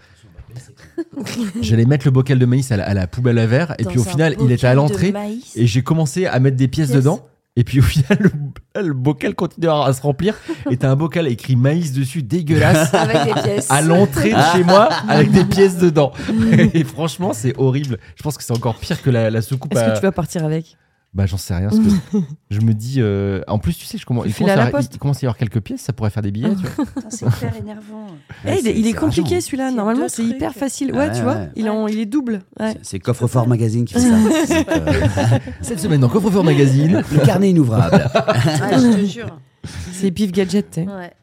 Speaker 2: J'allais mettre le bocal de maïs à la, à la poubelle à verre et puis au
Speaker 5: Dans un
Speaker 2: final, il
Speaker 5: bocal
Speaker 2: était à
Speaker 5: de
Speaker 2: l'entrée
Speaker 5: maïs.
Speaker 2: et j'ai commencé à mettre des pièces
Speaker 5: Pièces.
Speaker 2: dedans. Et puis au final, le, le bocal continue à, à se remplir. Et t'as un bocal écrit maïs dessus,
Speaker 3: (laughs)
Speaker 2: dégueulasse,
Speaker 1: Avec des pièces.
Speaker 2: (laughs) à l'entrée de chez moi, avec des pièces
Speaker 3: (laughs)
Speaker 2: dedans. Et franchement, c'est horrible. Je pense que c'est encore pire que la, la soucoupe.
Speaker 3: Est-ce
Speaker 2: à-
Speaker 3: que tu vas partir avec
Speaker 2: Bah j'en sais rien. parce
Speaker 3: (laughs)
Speaker 2: que je me dis. euh, En plus, tu sais, je commence.
Speaker 3: Tu
Speaker 2: Il
Speaker 3: files
Speaker 2: commence,
Speaker 3: à la
Speaker 2: à-
Speaker 3: poste.
Speaker 2: il commence à y avoir quelques pièces. Ça pourrait faire des billets. tu
Speaker 3: (laughs)
Speaker 2: vois.
Speaker 6: Putain, C'est hyper énervant.
Speaker 3: Eh,
Speaker 4: Ouais,
Speaker 3: Il est-
Speaker 4: c'est-
Speaker 3: il est
Speaker 4: c'est
Speaker 3: compliqué
Speaker 4: rageant.
Speaker 3: celui-là.
Speaker 5: C'est
Speaker 3: Normalement,
Speaker 5: deux
Speaker 3: c'est hyper
Speaker 5: trucs.
Speaker 3: facile. Ouais,
Speaker 4: Ouais,
Speaker 3: tu vois,
Speaker 4: ouais.
Speaker 3: il est en- il est double. Ouais.
Speaker 4: C'est- C'est Coffre Fort Magazine qui
Speaker 3: (laughs)
Speaker 4: fait ça. C'est, euh,
Speaker 2: Cette semaine dans Coffrefort Magazine.
Speaker 4: le carnet inouvrable.
Speaker 6: Ah, je te jure.
Speaker 3: C'est pif gadget. t'es.
Speaker 1: Ouais.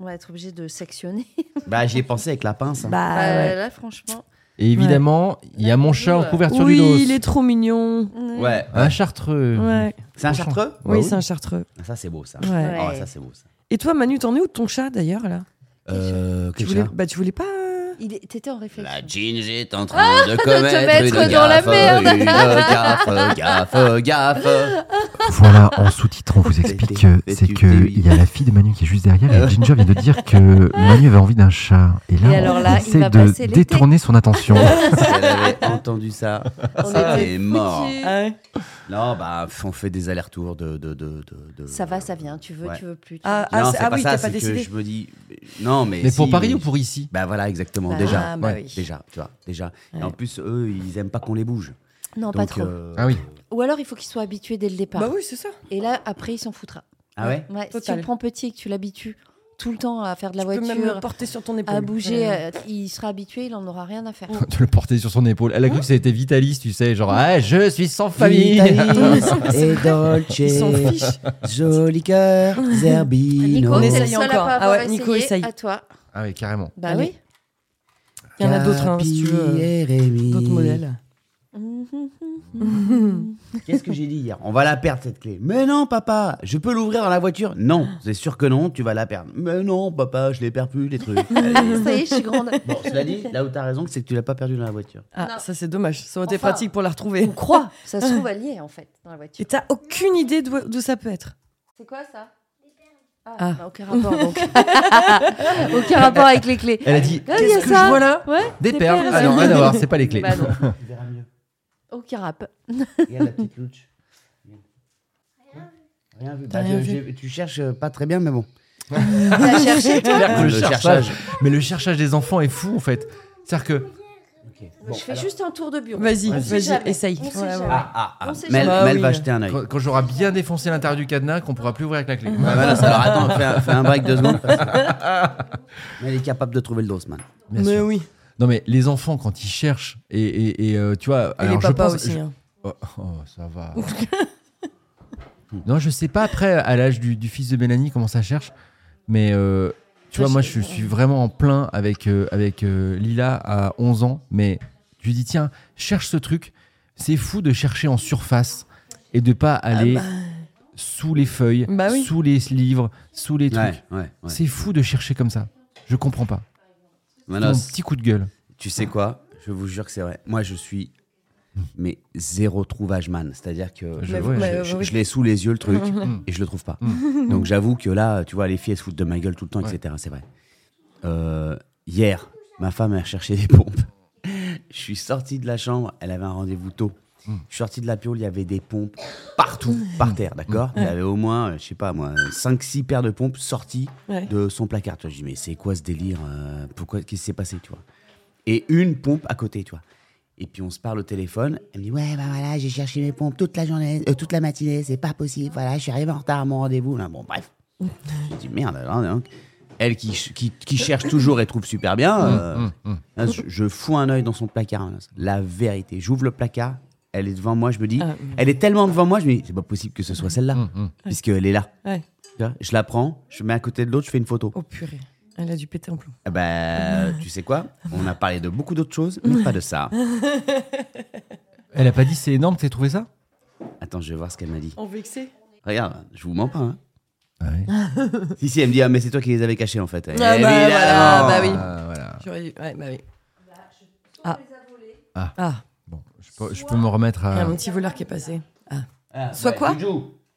Speaker 1: On va être obligé de sectionner.
Speaker 4: bah, j'y ai pensé avec la pince. hein.
Speaker 1: (laughs)
Speaker 3: Bah
Speaker 1: Bah,
Speaker 3: ouais.
Speaker 1: Là, franchement.
Speaker 2: Et évidemment, il y a mon chat en couverture
Speaker 3: Oui,
Speaker 2: du dos.
Speaker 3: il est trop mignon.
Speaker 4: ouais.
Speaker 2: Un chartreux.
Speaker 3: Ouais.
Speaker 4: C'est un chartreux
Speaker 2: Bah
Speaker 3: Oui,
Speaker 2: oui.
Speaker 3: c'est un chartreux.
Speaker 4: Ah, Ça, c'est beau, ça.
Speaker 3: Ouais.
Speaker 4: Ah,
Speaker 1: Ouais.
Speaker 4: ça, c'est beau, ça.
Speaker 3: Et toi, Manu, t'en es où de ton chat d'ailleurs là
Speaker 4: Euh,
Speaker 3: tu
Speaker 4: quel
Speaker 3: voulais...
Speaker 4: chat
Speaker 3: Bah, tu voulais pas. euh,
Speaker 1: Il est- T'étais en réflexion.
Speaker 4: La jeans est en
Speaker 3: Ah,
Speaker 4: train de commettre
Speaker 1: mettre
Speaker 4: une
Speaker 1: dans la
Speaker 4: gaffe,
Speaker 1: merde.
Speaker 4: une
Speaker 3: (laughs)
Speaker 4: gaffe, gaffe, gaffe.
Speaker 2: Voilà, en sous-titre, on vous
Speaker 4: explique que c'est que il y
Speaker 2: a la fille de Manu qui est juste derrière et Ginger vient de dire que Manu avait envie d'un chat.
Speaker 1: là, Et alors on là, il essaie va de passer l'été. détourner (laughs)
Speaker 2: son attention.
Speaker 4: Si elle avait entendu ça,
Speaker 1: On
Speaker 4: c'était
Speaker 1: était
Speaker 4: mort.
Speaker 1: foutus.
Speaker 4: Non, bah, pff, on fait des allers-retours de, de, de, de- de-
Speaker 1: Ça va, ça vient. Tu veux,
Speaker 4: Ouais.
Speaker 1: tu veux plus. tu
Speaker 3: Ah,
Speaker 1: veux plus.
Speaker 3: ah,
Speaker 4: non,
Speaker 3: c'est-
Speaker 4: c'est
Speaker 3: ah
Speaker 4: pas
Speaker 3: oui,
Speaker 4: ça,
Speaker 3: t'as
Speaker 4: c'est
Speaker 3: pas
Speaker 4: que
Speaker 3: décidé.
Speaker 4: je me dis. Non, mais.
Speaker 2: Mais pour
Speaker 4: si,
Speaker 2: Paris
Speaker 4: mais-
Speaker 2: ou pour ici
Speaker 4: Bah voilà, exactement,
Speaker 1: Bah,
Speaker 4: déjà.
Speaker 3: Ah, bah
Speaker 2: Ouais.
Speaker 3: oui.
Speaker 4: Déjà, tu vois, déjà. Et
Speaker 3: Ouais.
Speaker 4: en plus, eux, ils aiment pas qu'on les bouge.
Speaker 1: Non, pas
Speaker 4: Donc,
Speaker 1: trop.
Speaker 4: euh,
Speaker 2: Ah oui.
Speaker 1: Ou alors, il faut qu'il soit habitué dès le départ.
Speaker 3: Bah oui, c'est ça.
Speaker 1: Et là, après, il s'en foutra.
Speaker 4: Ah ouais
Speaker 1: Ouais, si tu
Speaker 3: Total.
Speaker 1: le prends petit et que tu l'habitues tout le temps à faire de la
Speaker 3: Tu peux même le
Speaker 1: voiture,
Speaker 3: porter sur ton épaule.
Speaker 1: à bouger,
Speaker 3: Ouais.
Speaker 1: euh, il sera habitué, il en aura rien à faire.
Speaker 4: Oh.
Speaker 2: (laughs) De le porter sur son épaule. Elle a cru que c'était Vitalis, tu sais, genre, ah, je suis sans famille. (laughs)
Speaker 4: (laughs) Vitalis et Dolce.
Speaker 3: Ils s'en fichent.
Speaker 4: Joli cœur, Zerbino.
Speaker 1: Nico,
Speaker 3: On
Speaker 1: t'es le
Speaker 3: essaye
Speaker 1: seul à
Speaker 3: encore.
Speaker 1: pas
Speaker 3: Ah
Speaker 1: avoir
Speaker 3: ouais, Nico,
Speaker 1: essayé.
Speaker 3: essaye.
Speaker 1: À toi.
Speaker 2: Ah oui, carrément.
Speaker 1: Bah
Speaker 3: Allez. (laughs)
Speaker 1: oui. (laughs)
Speaker 3: Il y en a d'autres, hein, si tu veux. D'autres modèles.
Speaker 4: Qu'est-ce que j'ai dit hier On va la perdre cette clé. Mais non, papa, je peux l'ouvrir dans la voiture Non, c'est sûr que non, tu vas la perdre. Mais non, papa, je les perds plus, les trucs. Allez.
Speaker 1: Ça y est, je suis grande.
Speaker 4: bon, cela dit, là où t'as raison, c'est que tu l'as pas perdu dans la voiture.
Speaker 3: Ah, ça c'est dommage. Ça aurait été
Speaker 1: Enfin.
Speaker 3: pratique pour la retrouver.
Speaker 1: On croit. Ça se trouve allié, en fait, dans la
Speaker 3: (laughs) Et
Speaker 1: voiture.
Speaker 3: t'as aucune idée d'où d'où ça peut être.
Speaker 1: C'est quoi ça ah,
Speaker 3: Ah.
Speaker 1: bah, aucun rapport donc. (laughs) aucun rapport avec les clés.
Speaker 2: Elle a dit,
Speaker 1: Ah, il y
Speaker 2: qu'est-ce
Speaker 1: a
Speaker 2: que
Speaker 1: ça.
Speaker 2: je vois là
Speaker 1: Ouais,
Speaker 2: Des
Speaker 1: des
Speaker 2: perles.
Speaker 1: perles.
Speaker 2: Ah non, rien à voir, c'est pas les clés.
Speaker 4: (laughs)
Speaker 1: Bah non.
Speaker 4: Tu verras mieux.
Speaker 1: Aucun rapport.
Speaker 4: Regarde la petite louche. Rien vu. Bah,
Speaker 3: rien
Speaker 4: je-
Speaker 3: vu.
Speaker 4: je- tu cherches euh, pas très bien, mais bon.
Speaker 1: T'as (laughs) cherché toi
Speaker 2: (laughs) C'est-à-dire que
Speaker 4: Le
Speaker 2: Mais le cherchage des enfants est fou, en fait. C'est-à-dire que
Speaker 1: Je fais juste un tour de bureau.
Speaker 3: Vas-y,
Speaker 1: On sait
Speaker 3: vas-y,
Speaker 1: jamais.
Speaker 3: essaye.
Speaker 1: On sait
Speaker 3: Ouais,
Speaker 1: jamais.
Speaker 3: ouais.
Speaker 4: Ah, ah, ah.
Speaker 1: On sait
Speaker 4: Mais elle,
Speaker 3: jamais.
Speaker 4: mais elle
Speaker 3: Bah
Speaker 4: va
Speaker 3: oui.
Speaker 4: jeter un œil.
Speaker 2: quand, quand j'aurai bien défoncé l'intérieur du cadenas, qu'on pourra plus ouvrir avec la clé.
Speaker 4: Ah, voilà, ça- alors attends, fais un, fais un break deux secondes. parce que- Mais elle est capable de trouver le dos, man.
Speaker 2: Bien
Speaker 3: Mais
Speaker 2: sûr.
Speaker 3: oui.
Speaker 2: Non mais les enfants quand ils cherchent et, et, et, euh, tu vois
Speaker 3: Et les
Speaker 2: je
Speaker 3: papas
Speaker 2: pense-
Speaker 3: aussi.
Speaker 2: je-
Speaker 3: hein.
Speaker 2: oh, oh, ça
Speaker 4: (laughs)
Speaker 2: va non je sais pas après à l'âge du, du fils de Mélanie comment ça cherche mais euh, tu
Speaker 3: Ça,
Speaker 2: vois moi
Speaker 3: je-
Speaker 2: je suis vraiment en plein avec euh, avec euh, Lila à 11 ans mais tu lui dis tiens cherche ce truc c'est fou de chercher en surface et de pas aller sous les feuilles,
Speaker 3: Ah Bah oui.
Speaker 2: sous les livres, sous les trucs.
Speaker 4: Ouais, ouais, ouais.
Speaker 2: C'est fou de chercher comme ça. Je comprends pas. Mon
Speaker 4: Manos,
Speaker 2: petit coup de gueule.
Speaker 4: tu sais quoi Je vous jure que c'est vrai. Moi, je suis mais zéro trouvage man. C'est-à-dire que
Speaker 2: Je- Mm.
Speaker 4: je,
Speaker 2: ouais,
Speaker 4: je- je- je l'ai sous les yeux le truc et je le trouve pas. Donc j'avoue que là, tu vois, les filles elles se foutent de ma gueule tout le temps,
Speaker 2: Mm. Ouais.
Speaker 4: etc. C'est vrai. Euh, hier, ma femme a cherché des pompes. (laughs) Je suis sorti de la chambre, elle avait un rendez-vous tôt.
Speaker 2: Mm.
Speaker 4: Je suis sorti de la piole, il y avait des pompes partout, par terre, d'accord Il y avait au moins, euh, je sais pas moi, 5-6 paires de pompes sorties
Speaker 3: Ouais.
Speaker 4: de son placard. Tu vois, Je dis, mais c'est quoi ce délire euh, Pourquoi Qu'est-ce qui s'est passé, tu vois Et une pompe à côté, tu vois. Et puis on se parle au téléphone. Elle me dit ouais bah voilà j'ai cherché mes pompes toute la journée, euh, toute la matinée, c'est pas possible. Voilà je suis arrivé en retard à mon rendez-vous. Là, bon
Speaker 3: (laughs)
Speaker 4: bref. Je dis merde alors donc. Elle qui, ch- qui, qui cherche toujours et trouve super bien.
Speaker 3: Mmh,
Speaker 4: euh, hein, je, je fous un œil dans son placard. hein, la vérité. J'ouvre le placard. Elle est devant moi. Je me dis.
Speaker 3: Ah. Mmh,
Speaker 4: Elle est tellement devant moi. Je me dis c'est pas possible que ce soit celle-là puisqu'elle est là.
Speaker 3: Ouais.
Speaker 4: Tu vois, Je la prends. Je mets à côté de l'autre. Je fais une photo.
Speaker 3: Oh Ah, purée, elle a dû péter un plomb.
Speaker 4: Eh ben, tu sais quoi On a parlé de beaucoup d'autres choses, mais pas de
Speaker 3: Ah,
Speaker 4: ça.
Speaker 2: Elle a pas dit c'est énorme, t'as trouvé ça
Speaker 4: Attends, je vais voir ce qu'elle m'a dit.
Speaker 3: On vexé
Speaker 4: Regarde, je vous mens pas. Hein.
Speaker 2: Ah ouais.
Speaker 4: Si, si, elle me dit, ah, mais c'est toi qui les avais cachés en fait. Eh,
Speaker 3: bah,
Speaker 4: évidemment.
Speaker 3: voilà, bah oui.
Speaker 2: Ah, voilà.
Speaker 3: J'aurais dû. Ouais, bah oui. Ah. Ah.
Speaker 2: Bon, je peux, je peux me remettre
Speaker 3: il y
Speaker 2: à.
Speaker 3: a un petit voleur qui est passé. Ah.
Speaker 4: Ah,
Speaker 3: Soit quoi
Speaker 4: Juju,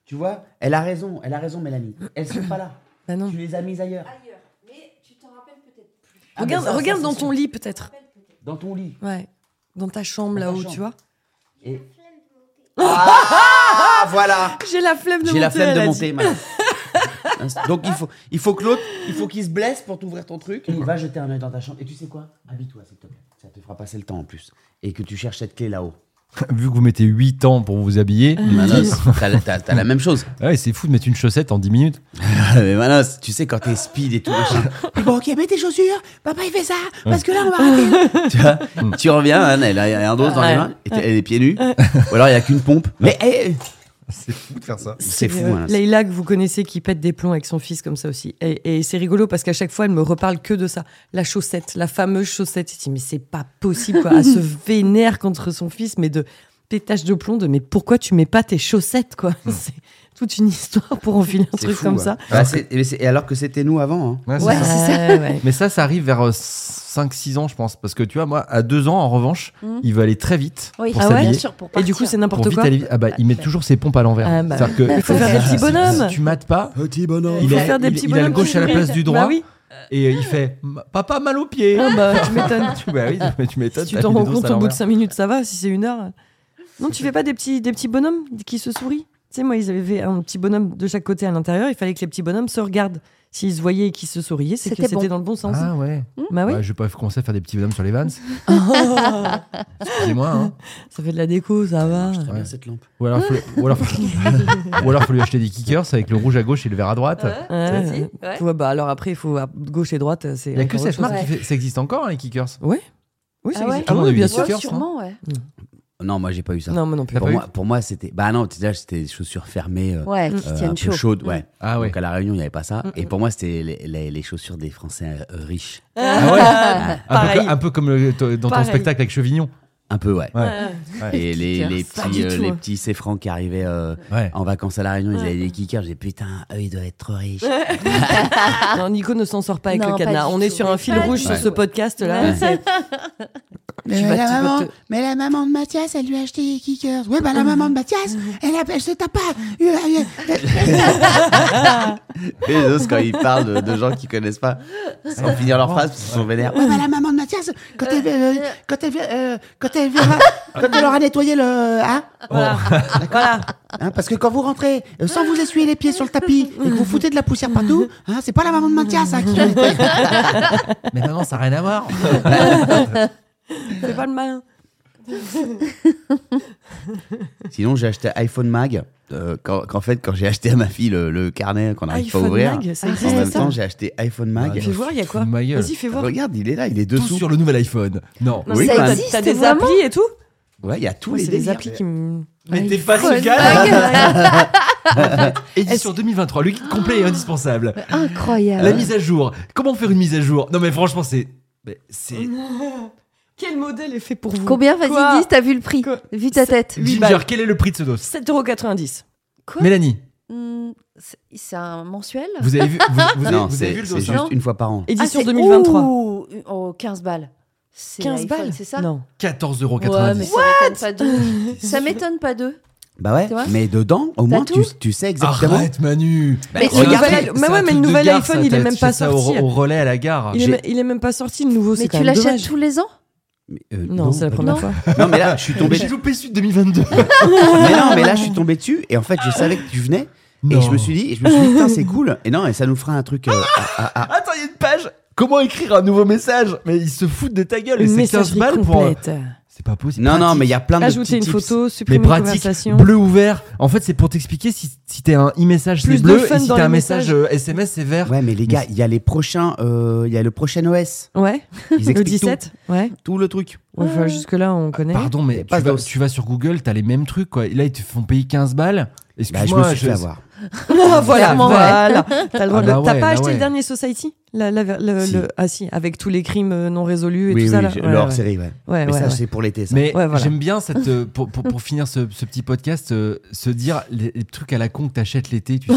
Speaker 4: tu vois, elle a raison, elle a raison, Mélanie. Elles sont pas là.
Speaker 3: Bah non.
Speaker 4: Tu les as mises ailleurs. Ah,
Speaker 3: regarde
Speaker 4: bah ça,
Speaker 3: regarde
Speaker 4: ça,
Speaker 3: dans
Speaker 4: c'est
Speaker 3: ton
Speaker 4: sûr.
Speaker 3: lit peut-être.
Speaker 4: Dans ton lit.
Speaker 3: Ouais. Dans ta chambre
Speaker 4: Dans ta
Speaker 3: là-haut,
Speaker 4: chambre.
Speaker 3: tu vois.
Speaker 4: Et... (laughs) Ah, voilà.
Speaker 3: J'ai la flemme de monter.
Speaker 4: J'ai la flemme
Speaker 3: elle a
Speaker 4: de
Speaker 3: dit.
Speaker 4: monter. maintenant. Donc il faut, il faut que l'autre, il faut qu'il se blesse pour t'ouvrir ton truc. Il va jeter un œil dans ta chambre. Et tu sais quoi Habille-toi, s'il te plaît. Ça te fera passer le temps en plus. Et que tu cherches cette clé là-haut.
Speaker 2: Vu que vous mettez 8 ans pour vous
Speaker 3: Ah.
Speaker 2: habiller,
Speaker 4: (laughs) Manos, t'as la- t'as t'as la même chose.
Speaker 2: ah ouais, c'est fou de mettre une chaussette en 10 minutes.
Speaker 4: Ah, mais Manos, tu sais, quand t'es speed et tout, machin. (laughs) Bon, ok, mets tes chaussures, papa il fait ça, parce que là on va arrêter. (laughs) tu vois, tu reviens, hein, elle a elle a un dos dans les
Speaker 3: Ouais.
Speaker 4: mains, et t'es- elle est pieds nus, (laughs) ou alors il y a qu'une pompe. Mais eh,
Speaker 2: C'est fou hein, de faire ça.
Speaker 4: c'est fou,
Speaker 3: euh,
Speaker 4: Manos.
Speaker 3: Leïla, que vous connaissez, qui pète des plombs avec son fils comme ça aussi. Et, et c'est rigolo parce qu'à chaque fois, elle me reparle que de ça. La chaussette, la fameuse chaussette. Je dis, mais c'est pas possible, quoi.
Speaker 2: (laughs)
Speaker 3: Elle se vénère contre son fils, mais de pétage de plomb, de mais pourquoi tu mets pas tes chaussettes, quoi.
Speaker 2: Hmm.
Speaker 3: (laughs) C'est toute une histoire pour enfiler un
Speaker 4: C'est
Speaker 3: truc
Speaker 4: fou,
Speaker 3: comme
Speaker 4: hein.
Speaker 3: ça.
Speaker 4: Ah, c'est- et c'est- et alors que c'était nous avant.
Speaker 3: Ouais,
Speaker 4: hein.
Speaker 3: c'est ça. ouais.
Speaker 2: Mais ça, ça arrive vers 5-6 ans, je pense. Parce que tu vois, moi, à 2 ans, en revanche, il veut aller très vite
Speaker 1: Oui,
Speaker 2: pour
Speaker 3: Hmm. Ah ouais
Speaker 2: s'habiller.
Speaker 1: bien sûr, pour
Speaker 3: Et du coup, c'est
Speaker 2: Pour
Speaker 3: n'importe
Speaker 2: vite
Speaker 3: quoi.
Speaker 2: aller vite. Ah bah, il met toujours ses pompes à l'envers.
Speaker 3: Ah bah.
Speaker 2: C'est-à-dire que.
Speaker 3: Il faut faire des petits bonhommes.
Speaker 2: Si tu mates pas, il
Speaker 3: Faut
Speaker 2: a,
Speaker 3: faire des
Speaker 2: il-
Speaker 3: petits
Speaker 2: il a le
Speaker 3: bonhommes
Speaker 2: gauche à la
Speaker 3: qui
Speaker 2: place
Speaker 3: se
Speaker 2: du
Speaker 3: mettent.
Speaker 2: droit.
Speaker 3: Bah oui.
Speaker 2: Et euh, il fait Papa, mal aux pieds.
Speaker 3: Ah bah, tu m'étonnes.
Speaker 2: Tu- bah oui, mais tu m'étonnes.
Speaker 3: Si tu
Speaker 2: t'as
Speaker 3: t'en
Speaker 2: mis
Speaker 3: rends
Speaker 2: le dos
Speaker 3: compte
Speaker 2: à
Speaker 3: au bout de
Speaker 2: l'envers.
Speaker 3: 5 minutes, ça va. Si c'est une heure. Non, tu fais pas des petits, des petits bonhommes qui se sourient. Tu sais, moi, ils avaient fait un petit bonhomme de chaque côté à l'intérieur. Il fallait que les petits bonhommes se regardent. S'ils se voyaient et qu'ils se souriaient, c'est que
Speaker 1: C'était bon.
Speaker 3: c'était dans le bon sens.
Speaker 2: Ah ouais.
Speaker 3: Bah oui.
Speaker 2: Ouais, je vais pas commencer à faire des petits bonhommes sur les vannes. Excusez-moi. Hein.
Speaker 3: (laughs) Ça fait de la déco, ça va.
Speaker 4: Très bien
Speaker 2: Ouais.
Speaker 4: cette lampe.
Speaker 2: Ou alors, faut, ou, alors faut, (laughs) ou alors faut lui acheter des kickers avec le rouge à gauche et le vert à droite.
Speaker 3: Ouais,
Speaker 1: aussi,
Speaker 3: ouais.
Speaker 1: Ah, ouais.
Speaker 3: Ouais, bah alors après, il faut à gauche et droite. C'est
Speaker 2: Il y a que
Speaker 3: encore
Speaker 2: cette
Speaker 3: autre chose.
Speaker 2: marque qui fait. Ça existe encore, hein, les kickers
Speaker 3: Oui, ça
Speaker 1: Ah ouais.
Speaker 3: existe.
Speaker 2: Ah ouais,
Speaker 3: oui, bien
Speaker 2: oui.
Speaker 3: sûr.
Speaker 2: Kickers, hein.
Speaker 1: sûrement, ouais.
Speaker 4: Non, moi j'ai pas eu ça.
Speaker 3: Non, moi non plus.
Speaker 2: T'as
Speaker 4: Pour
Speaker 2: pas
Speaker 4: moi, pour moi c'était. Bah non, tu sais, déjà, c'était des chaussures fermées, euh,
Speaker 1: Ouais, qui
Speaker 4: euh, un
Speaker 1: tiennent
Speaker 4: peu
Speaker 1: chaud.
Speaker 4: chaudes, ouais.
Speaker 2: Ah
Speaker 3: (laughs)
Speaker 2: ouais.
Speaker 4: Donc à la Réunion, il n'y avait pas ça. Et pour moi, c'était les, les- les chaussures des Français euh, riches.
Speaker 2: Ah ouais.
Speaker 4: Ah,
Speaker 2: un, peu,
Speaker 3: Pareil.
Speaker 2: co- un peu comme le- to- dans
Speaker 3: Pareil.
Speaker 2: ton spectacle avec Chevignon.
Speaker 4: un peu, ouais.
Speaker 2: Ouais.
Speaker 4: Et les, les
Speaker 3: Pas
Speaker 4: petits,
Speaker 3: du
Speaker 4: euh,
Speaker 3: tout,
Speaker 4: les
Speaker 3: hein.
Speaker 4: petits séfrans qui arrivaient euh,
Speaker 2: Ouais.
Speaker 4: en vacances à La Réunion, ils avaient des kickers. J'ai dit, putain, eux, ils doivent être trop riches.
Speaker 3: Non, Nico ne s'en sort pas avec
Speaker 1: Ah. Non,
Speaker 3: le
Speaker 1: pas
Speaker 3: cadenas.
Speaker 1: du
Speaker 3: On est
Speaker 1: tout.
Speaker 3: sur un fil
Speaker 1: Pas
Speaker 3: rouge
Speaker 1: du
Speaker 3: sur
Speaker 1: tout.
Speaker 3: ce podcast là.
Speaker 1: Ouais.
Speaker 3: C'est-
Speaker 7: Mais
Speaker 3: Tu vas-
Speaker 7: la
Speaker 3: tu vas
Speaker 7: maman,
Speaker 3: te-
Speaker 7: mais la maman de Mathias, elle lui a acheté des kickers. Ouais, bah la maman de
Speaker 3: (laughs)
Speaker 7: Mathias, elle, a- elle se tape pas. Euh, euh,
Speaker 4: Et (laughs) les autres, quand ils parlent de, de gens qu'ils connaissent pas, sans finir leur phrase, parce qu'ils sont vénères.
Speaker 7: Ouais, bah la maman de Mathias, quand elle, euh, quand elle, euh, quand elle verra- quand elle aura nettoyé le, hein,
Speaker 3: Voilà. Voilà.
Speaker 7: hein, parce que quand vous rentrez euh, sans vous essuyer les pieds sur le tapis et que vous foutez de la poussière partout, hein, c'est pas la maman de Mathias hein,
Speaker 3: (laughs)
Speaker 7: qui va nettoyer.
Speaker 2: Oh, Mais maintenant, ça n'a rien à voir.
Speaker 3: Fais pas le malin.
Speaker 4: Sinon, j'ai acheté iPhone Mag. euh, quand, qu'en fait, quand j'ai acheté à ma fille le, le carnet qu'on n'arrive pas à
Speaker 3: iPhone
Speaker 4: ouvrir,
Speaker 3: Mag, ça
Speaker 4: en
Speaker 3: existe,
Speaker 4: même
Speaker 3: ça
Speaker 4: temps, j'ai acheté iPhone Mag.
Speaker 2: Ah, non.
Speaker 3: voir, il y a quoi
Speaker 2: Fous de ma gueule. Ah
Speaker 3: Vas-y, fais voir.
Speaker 4: Regarde, il est là, il est
Speaker 2: Tout
Speaker 4: dessous.
Speaker 2: sur le nouvel iPhone. Non.
Speaker 4: Oui,
Speaker 1: ça
Speaker 4: quand même.
Speaker 1: existe
Speaker 3: T'as des
Speaker 1: vraiment
Speaker 3: applis et tout
Speaker 4: Ouais, il y a tous
Speaker 3: Moi,
Speaker 4: les
Speaker 3: c'est les
Speaker 4: délires.
Speaker 3: applis qui me.
Speaker 2: Mais t'es pas
Speaker 1: Paul
Speaker 2: Édition 2023, le guide complet et indispensable.
Speaker 1: Incroyable.
Speaker 2: La mise à jour. Comment faire une mise à jour Non mais franchement, c'est... mais C'est
Speaker 3: (laughs) Quel modèle est fait pour vous
Speaker 1: Combien
Speaker 3: Quoi
Speaker 1: Vas-y, dis, t'as vu le prix.
Speaker 3: Quoi
Speaker 1: Vu ta tête.
Speaker 3: Huit
Speaker 2: Ginger,
Speaker 3: balles.
Speaker 2: quel est le prix de ce dos
Speaker 3: 7,90€.
Speaker 1: Quoi
Speaker 2: Mélanie,
Speaker 5: Hmm, c'est- c'est un mensuel
Speaker 2: Vous avez vu, vous, vous avez-
Speaker 4: Non,
Speaker 2: vous avez
Speaker 4: c'est
Speaker 2: vu le
Speaker 4: c'est
Speaker 2: dos,
Speaker 4: juste
Speaker 2: hein
Speaker 4: une fois par an.
Speaker 3: Édition
Speaker 5: Ah, c'est-
Speaker 3: 2023.
Speaker 5: Ouh, oh, 15 balles. C'est
Speaker 3: 15
Speaker 5: l'iPhone,
Speaker 3: balles
Speaker 5: C'est ça
Speaker 2: 14,90€.
Speaker 5: Ouais, mais ça m'étonne pas d'eux. Ça m'étonne pas d'eux.
Speaker 4: Bah ouais,
Speaker 5: Tu vois
Speaker 4: mais dedans, au moins, tu,
Speaker 5: tout
Speaker 4: tu sais exactement.
Speaker 2: Arrête, Manu
Speaker 4: Bah,
Speaker 3: Mais tu
Speaker 4: regarde,
Speaker 3: vas-
Speaker 2: C'est
Speaker 3: mais ouais,
Speaker 2: un
Speaker 3: mais
Speaker 2: truc
Speaker 3: le
Speaker 2: de
Speaker 3: nouvel
Speaker 2: gare,
Speaker 3: iPhone,
Speaker 2: ça,
Speaker 3: il est
Speaker 2: t'as-
Speaker 3: même
Speaker 2: tu
Speaker 3: pas
Speaker 2: fais ça au-
Speaker 3: sorti.
Speaker 2: Au, relais à la gare.
Speaker 3: Il est,
Speaker 4: J'ai-
Speaker 3: même- il est même pas sorti, le nouveau,
Speaker 5: Mais
Speaker 3: c'est quand
Speaker 5: tu
Speaker 3: même
Speaker 5: l'achètes
Speaker 3: dommage.
Speaker 5: tous les ans
Speaker 4: mais, euh,
Speaker 3: Non, c'est la
Speaker 4: pas
Speaker 3: première
Speaker 4: du
Speaker 3: fois.
Speaker 4: tout. Non, mais là, je suis tombé.
Speaker 2: J'ai loupé celui de 2022.
Speaker 4: mais non, mais là, je suis tombé dessus. Et en fait, je savais que tu venais.
Speaker 2: Non.
Speaker 4: Et je me suis dit, et je me suis dit, putain, c'est cool. Et non, et ça nous fera un truc. euh, à- à- à-
Speaker 2: Attends, il y a une page Comment écrire un nouveau message Mais ils se foutent de ta gueule et
Speaker 3: Une
Speaker 2: c'est 15
Speaker 3: messagerie
Speaker 2: balles pour. un-
Speaker 3: complète.
Speaker 2: C'est pas possible.
Speaker 4: Non, non,
Speaker 2: Pratique.
Speaker 4: mais il y a plein de petits
Speaker 3: Ajouter une
Speaker 4: tips.
Speaker 3: photo,
Speaker 2: mais
Speaker 3: supprimer une
Speaker 2: pratique,
Speaker 3: conversation.
Speaker 2: bleu ouvert. En fait, c'est pour t'expliquer si, si t'es un e-message, c'est
Speaker 3: Plus de
Speaker 2: bleu,
Speaker 3: fun
Speaker 2: et si
Speaker 3: dans
Speaker 2: t'as
Speaker 3: les
Speaker 2: un message
Speaker 3: messages.
Speaker 2: euh, SMS, c'est vert.
Speaker 4: Ouais, mais les gars, il y a les prochains. euh, Il y a le prochain OS.
Speaker 3: Ouais,
Speaker 4: Ils
Speaker 3: le
Speaker 4: expliquent
Speaker 3: 17. Ouais.
Speaker 4: Tout, tout le truc.
Speaker 3: Ouais, enfin, Jusque-là, on connaît.
Speaker 2: Pardon, mais
Speaker 4: Pas
Speaker 2: tu vas,
Speaker 4: d'os.
Speaker 2: tu vas sur Google, t'as les mêmes trucs, quoi. Et là, ils te font payer 15 balles.
Speaker 4: Bah, je
Speaker 2: Excuse-moi,
Speaker 4: me suis fait avoir.
Speaker 3: Ah, (laughs) voilà,
Speaker 5: Clairement, ouais.
Speaker 3: voilà. T'as le droit
Speaker 2: Ah
Speaker 3: de-
Speaker 2: bah
Speaker 3: T'as
Speaker 2: ouais,
Speaker 3: pas
Speaker 2: bah
Speaker 3: acheté
Speaker 2: ouais.
Speaker 3: le dernier Society La- la- le-
Speaker 4: Si.
Speaker 3: le- Ah si, avec tous les crimes euh, non résolus et
Speaker 4: Oui,
Speaker 3: tout ça.
Speaker 4: oui,
Speaker 3: Là.
Speaker 4: j'ai-
Speaker 3: Ouais,
Speaker 4: le
Speaker 3: ouais.
Speaker 4: hors-série, ouais.
Speaker 3: Ouais,
Speaker 4: Mais
Speaker 3: ouais,
Speaker 4: ça,
Speaker 3: ouais.
Speaker 4: c'est pour hein. l'été, ça.
Speaker 2: Mais
Speaker 3: Ouais, voilà.
Speaker 2: j'aime bien cette, euh, pour, pour, pour finir ce, ce petit podcast, euh, se dire les, les trucs à la con que t'achètes l'été, tu sais.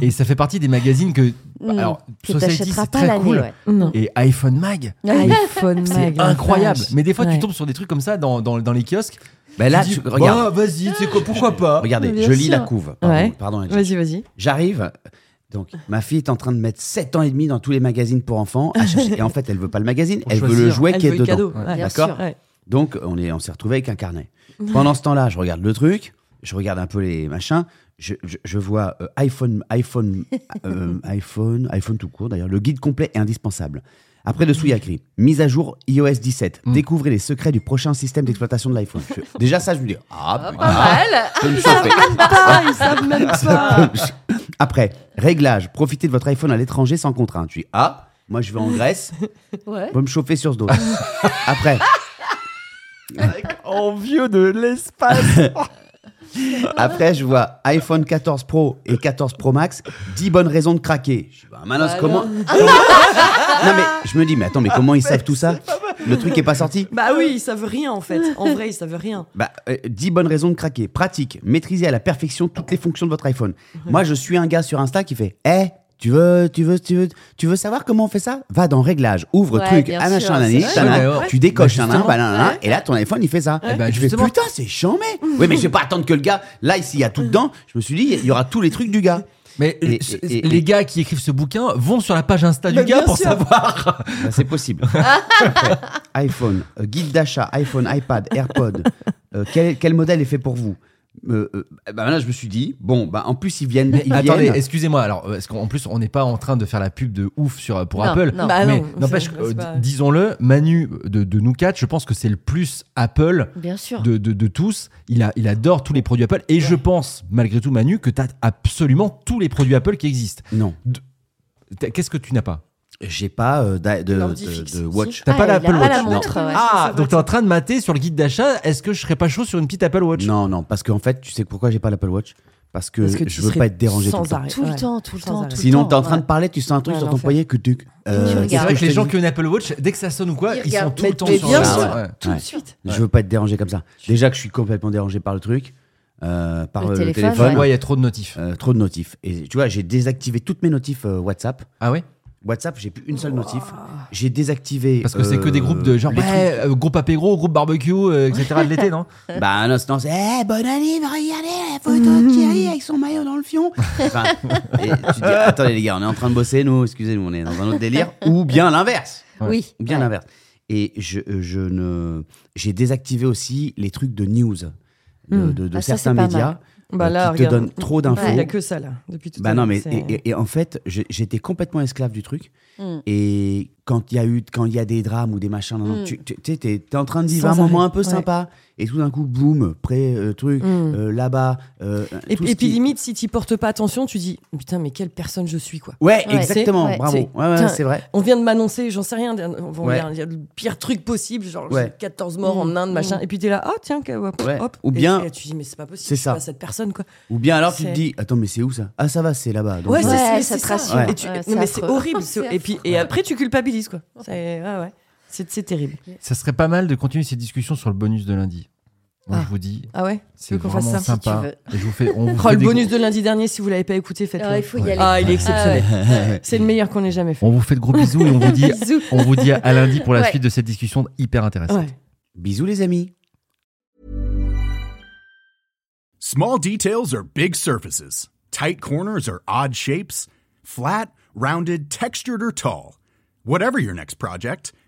Speaker 2: et ça fait partie des magazines que.
Speaker 1: Mm.
Speaker 5: Hmm,
Speaker 2: Bah, alors,
Speaker 5: Que
Speaker 2: Society,
Speaker 5: t'achèteras
Speaker 2: c'est
Speaker 5: pas
Speaker 2: très
Speaker 5: l'année.
Speaker 2: cool.
Speaker 5: ouais.
Speaker 3: Non.
Speaker 2: Et iPhone Mag,
Speaker 3: iPhone Mag,
Speaker 2: c'est
Speaker 3: la
Speaker 2: incroyable.
Speaker 3: vache.
Speaker 2: Mais des fois,
Speaker 3: Ouais.
Speaker 2: tu tombes sur des trucs comme ça dans, dans, dans les kiosques.
Speaker 4: Bah, là,
Speaker 2: tu
Speaker 4: tu,
Speaker 2: dis,
Speaker 4: regarde.
Speaker 2: Bah, vas-y, tu sais quoi, pourquoi pas
Speaker 4: Regardez,
Speaker 3: Oh, Bien
Speaker 4: je lis
Speaker 3: sûr.
Speaker 4: la couve. Pardon,
Speaker 3: Ouais.
Speaker 4: pardon, Adji.
Speaker 3: Vas-y, vas-y.
Speaker 4: J'arrive. Donc, ma fille est en train de mettre 7 ans et demi dans tous les magazines pour enfants à chercher. Et en fait, elle veut pas le magazine,
Speaker 2: Pour
Speaker 4: elle veut
Speaker 2: choisir.
Speaker 4: le jouet
Speaker 3: Elle
Speaker 4: qui est
Speaker 3: veut le
Speaker 4: dedans.
Speaker 3: cadeau.
Speaker 2: Ouais,
Speaker 3: Ouais.
Speaker 4: d'accord.
Speaker 3: Bien sûr, ouais.
Speaker 4: Donc, on est- on s'est retrouvé avec un carnet. Pendant ce temps-là, je regarde le truc, je regarde un peu les machins. Je, je- je vois euh, iPhone, iPhone, euh, iPhone, iPhone tout court d'ailleurs. Le guide complet est indispensable. Après, dessous, il y a écrit Mise à jour iOS 17. Découvrez les secrets du prochain système d'exploitation de l'iPhone. Je- Déjà, ça, je me dis Ah, putain, je vais me chauffer.
Speaker 3: Ah, ils savent même pas.
Speaker 4: Après, réglage, profitez de votre iPhone à l'étranger sans contrainte. Je dis, ah, moi je vais en Grèce,
Speaker 5: Ouais.
Speaker 4: je vais me chauffer sur ce dos. (laughs)
Speaker 2: (laughs)
Speaker 4: Après,
Speaker 2: Envieux de l'espace.
Speaker 4: (laughs) après, je vois iPhone 14 Pro et 14 Pro Max, 10 bonnes raisons de craquer. Je dis, bah, Manos, comment... (laughs) Non mais, je me dis, mais attends, mais comment ils
Speaker 2: (laughs)
Speaker 4: savent tout ça Le truc est pas sorti
Speaker 3: Bah oui, ils savent rien en fait. (laughs) En vrai, ils savent rien.
Speaker 4: Bah, euh, 10 bonnes raisons de craquer. Pratique. Maîtrisez à la perfection toutes les fonctions de votre iPhone. Moi, je suis un gars sur Insta qui fait Eh, tu veux, tu veux, tu veux, tu veux savoir comment on fait ça Va dans réglages, ouvre
Speaker 5: Ouais,
Speaker 4: truc,
Speaker 5: bien
Speaker 4: ah,
Speaker 5: sûr,
Speaker 4: machin,
Speaker 5: c'est
Speaker 4: nani,
Speaker 5: vrai.
Speaker 4: tana,
Speaker 2: Ouais, ouais.
Speaker 4: tu décoches,
Speaker 2: Bah,
Speaker 4: nana,
Speaker 2: justement.
Speaker 4: bah, nana, et là, ton iPhone, il fait ça.
Speaker 2: Ouais.
Speaker 4: Et
Speaker 2: Bah,
Speaker 4: je fais
Speaker 2: justement.
Speaker 4: Putain, c'est chambé Oui, mais je sais pas attendre que le gars, là, ici, il y a tout dedans. Je me suis dit, il y aura tous les trucs du gars.
Speaker 2: Mais
Speaker 4: Et-
Speaker 2: ce-
Speaker 4: et- et-
Speaker 2: les gars qui écrivent ce bouquin vont sur la page Insta du
Speaker 3: Mais
Speaker 2: gars
Speaker 3: bien
Speaker 2: pour
Speaker 3: sûr.
Speaker 2: savoir.
Speaker 4: Bah, c'est possible. Après, (laughs) iPhone, euh, guide d'achat, iPhone, iPad, AirPod. euh, quel, quel modèle est fait pour vous Euh, euh, bah, Là, je me suis dit, bon, bah, en plus, ils viennent. ils
Speaker 2: Attendez,
Speaker 4: viennent.
Speaker 2: excusez-moi. Alors, euh, parce qu'en plus, on n'est pas en train de faire la pub de ouf sur, euh, pour
Speaker 5: Non,
Speaker 2: Apple.
Speaker 5: non.
Speaker 3: Bah
Speaker 2: mais
Speaker 3: non,
Speaker 2: n'empêche,
Speaker 3: c'est-
Speaker 2: que, euh,
Speaker 3: c'est pas-
Speaker 2: d- disons-le, Manu euh, de, de nous quatre, je pense que c'est le plus Apple
Speaker 5: Bien
Speaker 3: Oh.
Speaker 5: sûr.
Speaker 2: de, de- de tous. Il, a, il adore tous les produits Apple. Et je pense, malgré tout, Manu, que tu as absolument tous les produits Apple qui existent.
Speaker 4: Non,
Speaker 2: T'as- Qu'est-ce que tu n'as pas
Speaker 4: j'ai pas euh, d'a- de,
Speaker 3: L'ordi
Speaker 4: de-
Speaker 3: fixe,
Speaker 4: de
Speaker 3: si.
Speaker 4: watch.
Speaker 2: T'as
Speaker 5: Ah,
Speaker 2: pas
Speaker 5: il a
Speaker 2: l'Apple
Speaker 5: pas
Speaker 2: Watch
Speaker 5: la montre, ouais.
Speaker 2: Ah, donc t'es en train de mater sur le guide d'achat. Est-ce que je serais pas chaud sur une petite Apple Watch
Speaker 4: Non, non, parce qu'en fait, tu sais pourquoi j'ai pas l'Apple Watch Parce que,
Speaker 3: Parce que tu
Speaker 4: je veux
Speaker 3: serais
Speaker 4: pas être dérangé tout
Speaker 3: sans
Speaker 4: le temps.
Speaker 3: arrêt.
Speaker 5: Tout le
Speaker 3: Ouais.
Speaker 5: temps, tout le
Speaker 3: Sans
Speaker 5: temps.
Speaker 3: arrêt.
Speaker 5: tout le
Speaker 4: Sinon,
Speaker 5: temps,
Speaker 4: t'es en train
Speaker 5: ouais.
Speaker 4: de parler, tu sens un truc
Speaker 3: Ouais,
Speaker 4: sur ton
Speaker 3: l'enfer.
Speaker 4: poignet que tu. Euh,
Speaker 5: Tu
Speaker 2: C'est
Speaker 5: regardes.
Speaker 2: vrai que les gens qui
Speaker 4: que
Speaker 2: ont une Apple Watch, dès que ça sonne ou quoi,
Speaker 5: Ils
Speaker 2: ils sont
Speaker 5: regardent.
Speaker 2: tout le
Speaker 3: Mais-
Speaker 2: temps
Speaker 3: mais
Speaker 2: sur
Speaker 3: bien
Speaker 2: le-
Speaker 3: sûr.
Speaker 2: Ouais.
Speaker 3: Tout
Speaker 4: Ouais.
Speaker 3: de suite.
Speaker 4: Je veux pas être dérangé comme ça. Déjà que je suis complètement dérangé par le truc, euh, par
Speaker 5: Le
Speaker 4: euh, le,
Speaker 5: téléphone,
Speaker 4: téléphone.
Speaker 2: Ouais, il y a trop de notifs.
Speaker 4: Euh, trop de notifs. Et tu vois, j'ai désactivé toutes mes notifs euh, WhatsApp.
Speaker 2: Ah ouais
Speaker 4: WhatsApp, j'ai plus une seule notif. J'ai désactivé.
Speaker 2: Parce que c'est que
Speaker 4: euh,
Speaker 2: des groupes de genre,
Speaker 4: les
Speaker 2: ouais, euh, groupe apéro, groupe barbecue, euh, etc. de l'été, non
Speaker 5: (laughs)
Speaker 4: trucs- Bah non, c'est- non, c'est. Eh, bonne année, regardez la photo de Thierry avec son maillot dans le fion. Enfin, et tu te dis, attendez les gars, on est en train de bosser, nous, excusez-nous, on est dans un
Speaker 5: (laughs)
Speaker 4: autre délire. Ou bien l'inverse.
Speaker 5: Oui.
Speaker 4: Ou bien l'inverse. Et je, euh, je ne. J'ai désactivé aussi les trucs de news de,
Speaker 3: Hmm.
Speaker 4: de- de
Speaker 5: Ah, ça,
Speaker 4: certains
Speaker 5: c'est pas
Speaker 4: médias
Speaker 5: mal.
Speaker 3: Bah
Speaker 4: euh,
Speaker 3: là,
Speaker 4: qui te
Speaker 3: regarde.
Speaker 4: donnent trop d'infos.
Speaker 3: Il y a que ça là depuis tout à
Speaker 4: Bah
Speaker 3: l'heure,
Speaker 4: non, mais
Speaker 3: c'est-
Speaker 4: et, et- et en fait, je- j'étais complètement esclave du truc.
Speaker 3: Hmm.
Speaker 5: Mm.
Speaker 4: Et quand il y a eu, quand il y a des drames ou des machins, non, non, tu tu- tu sais, t'es t'es en train de vivre
Speaker 3: Hmm. Sans
Speaker 4: un moment
Speaker 3: arrêt,
Speaker 4: un peu
Speaker 3: ouais.
Speaker 4: sympa, et tout d'un coup, boum, près euh, truc,
Speaker 3: Mm.
Speaker 4: euh, là-bas. euh,
Speaker 3: Et,
Speaker 4: tout
Speaker 3: et
Speaker 4: ce
Speaker 3: puis
Speaker 4: qui-
Speaker 3: limite, si t'y portes pas attention, tu dis putain, mais quelle personne je suis quoi.
Speaker 4: Ouais,
Speaker 5: Ouais,
Speaker 4: exactement,
Speaker 5: c'est- ouais,
Speaker 4: bravo.
Speaker 3: c'est-
Speaker 4: Ouais, ouais,
Speaker 3: Putain,
Speaker 4: c'est vrai.
Speaker 3: On vient de m'annoncer, j'en sais rien, on va-
Speaker 4: Ouais.
Speaker 3: il y a le pire truc possible, genre
Speaker 4: Ouais.
Speaker 3: j'ai 14 morts en Inde, machin. Et puis t'es là, ah tiens, que- hop,
Speaker 4: Ouais.
Speaker 3: hop.
Speaker 4: Ou
Speaker 3: Et-
Speaker 4: bien-
Speaker 3: et, tu dis, mais c'est pas possible,
Speaker 4: C'est
Speaker 3: je suis
Speaker 4: ça.
Speaker 3: pas cette personne quoi.
Speaker 4: Ou bien alors, tu te
Speaker 3: C'est-
Speaker 4: dis, attends, mais c'est où ça Ah, ça va, c'est là-bas. donc,
Speaker 3: Ouais, c'est-
Speaker 4: euh,
Speaker 5: Ouais,
Speaker 3: c'est
Speaker 5: ça
Speaker 3: c'est
Speaker 5: te
Speaker 3: ça.
Speaker 5: rassure.
Speaker 3: Et tu-
Speaker 5: Ouais,
Speaker 3: non,
Speaker 5: c'est
Speaker 3: mais c'est
Speaker 5: affreux.
Speaker 3: horrible. c'est-
Speaker 5: C'est
Speaker 3: et puis et après tu culpabilises quoi. C'est ouais, ouais. C'est c'est terrible.
Speaker 2: Ça serait pas mal de continuer ces discussions sur le bonus de lundi. Moi,
Speaker 3: Ah.
Speaker 2: je vous dis,
Speaker 3: Ah ouais
Speaker 2: c'est
Speaker 3: veux qu'on
Speaker 2: vraiment
Speaker 3: fasse ça Si
Speaker 2: sympa. Et je vous fais,
Speaker 3: (laughs)
Speaker 2: on vous
Speaker 3: Oh,
Speaker 2: fait
Speaker 3: le
Speaker 2: des
Speaker 3: bonus
Speaker 2: gros-
Speaker 3: de lundi dernier, si vous l'avez pas écouté, faites-le.
Speaker 1: Alors, il faut y
Speaker 2: Ouais.
Speaker 1: aller.
Speaker 3: Ah, il est exceptionnel.
Speaker 1: Ah
Speaker 3: C'est le meilleur qu'on ait jamais fait.
Speaker 2: On vous fait de gros (laughs) bisous et on vous dit,
Speaker 1: Bisous.
Speaker 2: on vous dit à lundi pour la
Speaker 1: Ouais.
Speaker 2: suite de cette discussion hyper intéressante.
Speaker 3: Ouais.
Speaker 4: Bisous les amis.
Speaker 8: Small details are big surfaces. Tight corners are odd shapes. Flat, rounded, textured, or tall. Whatever your next project,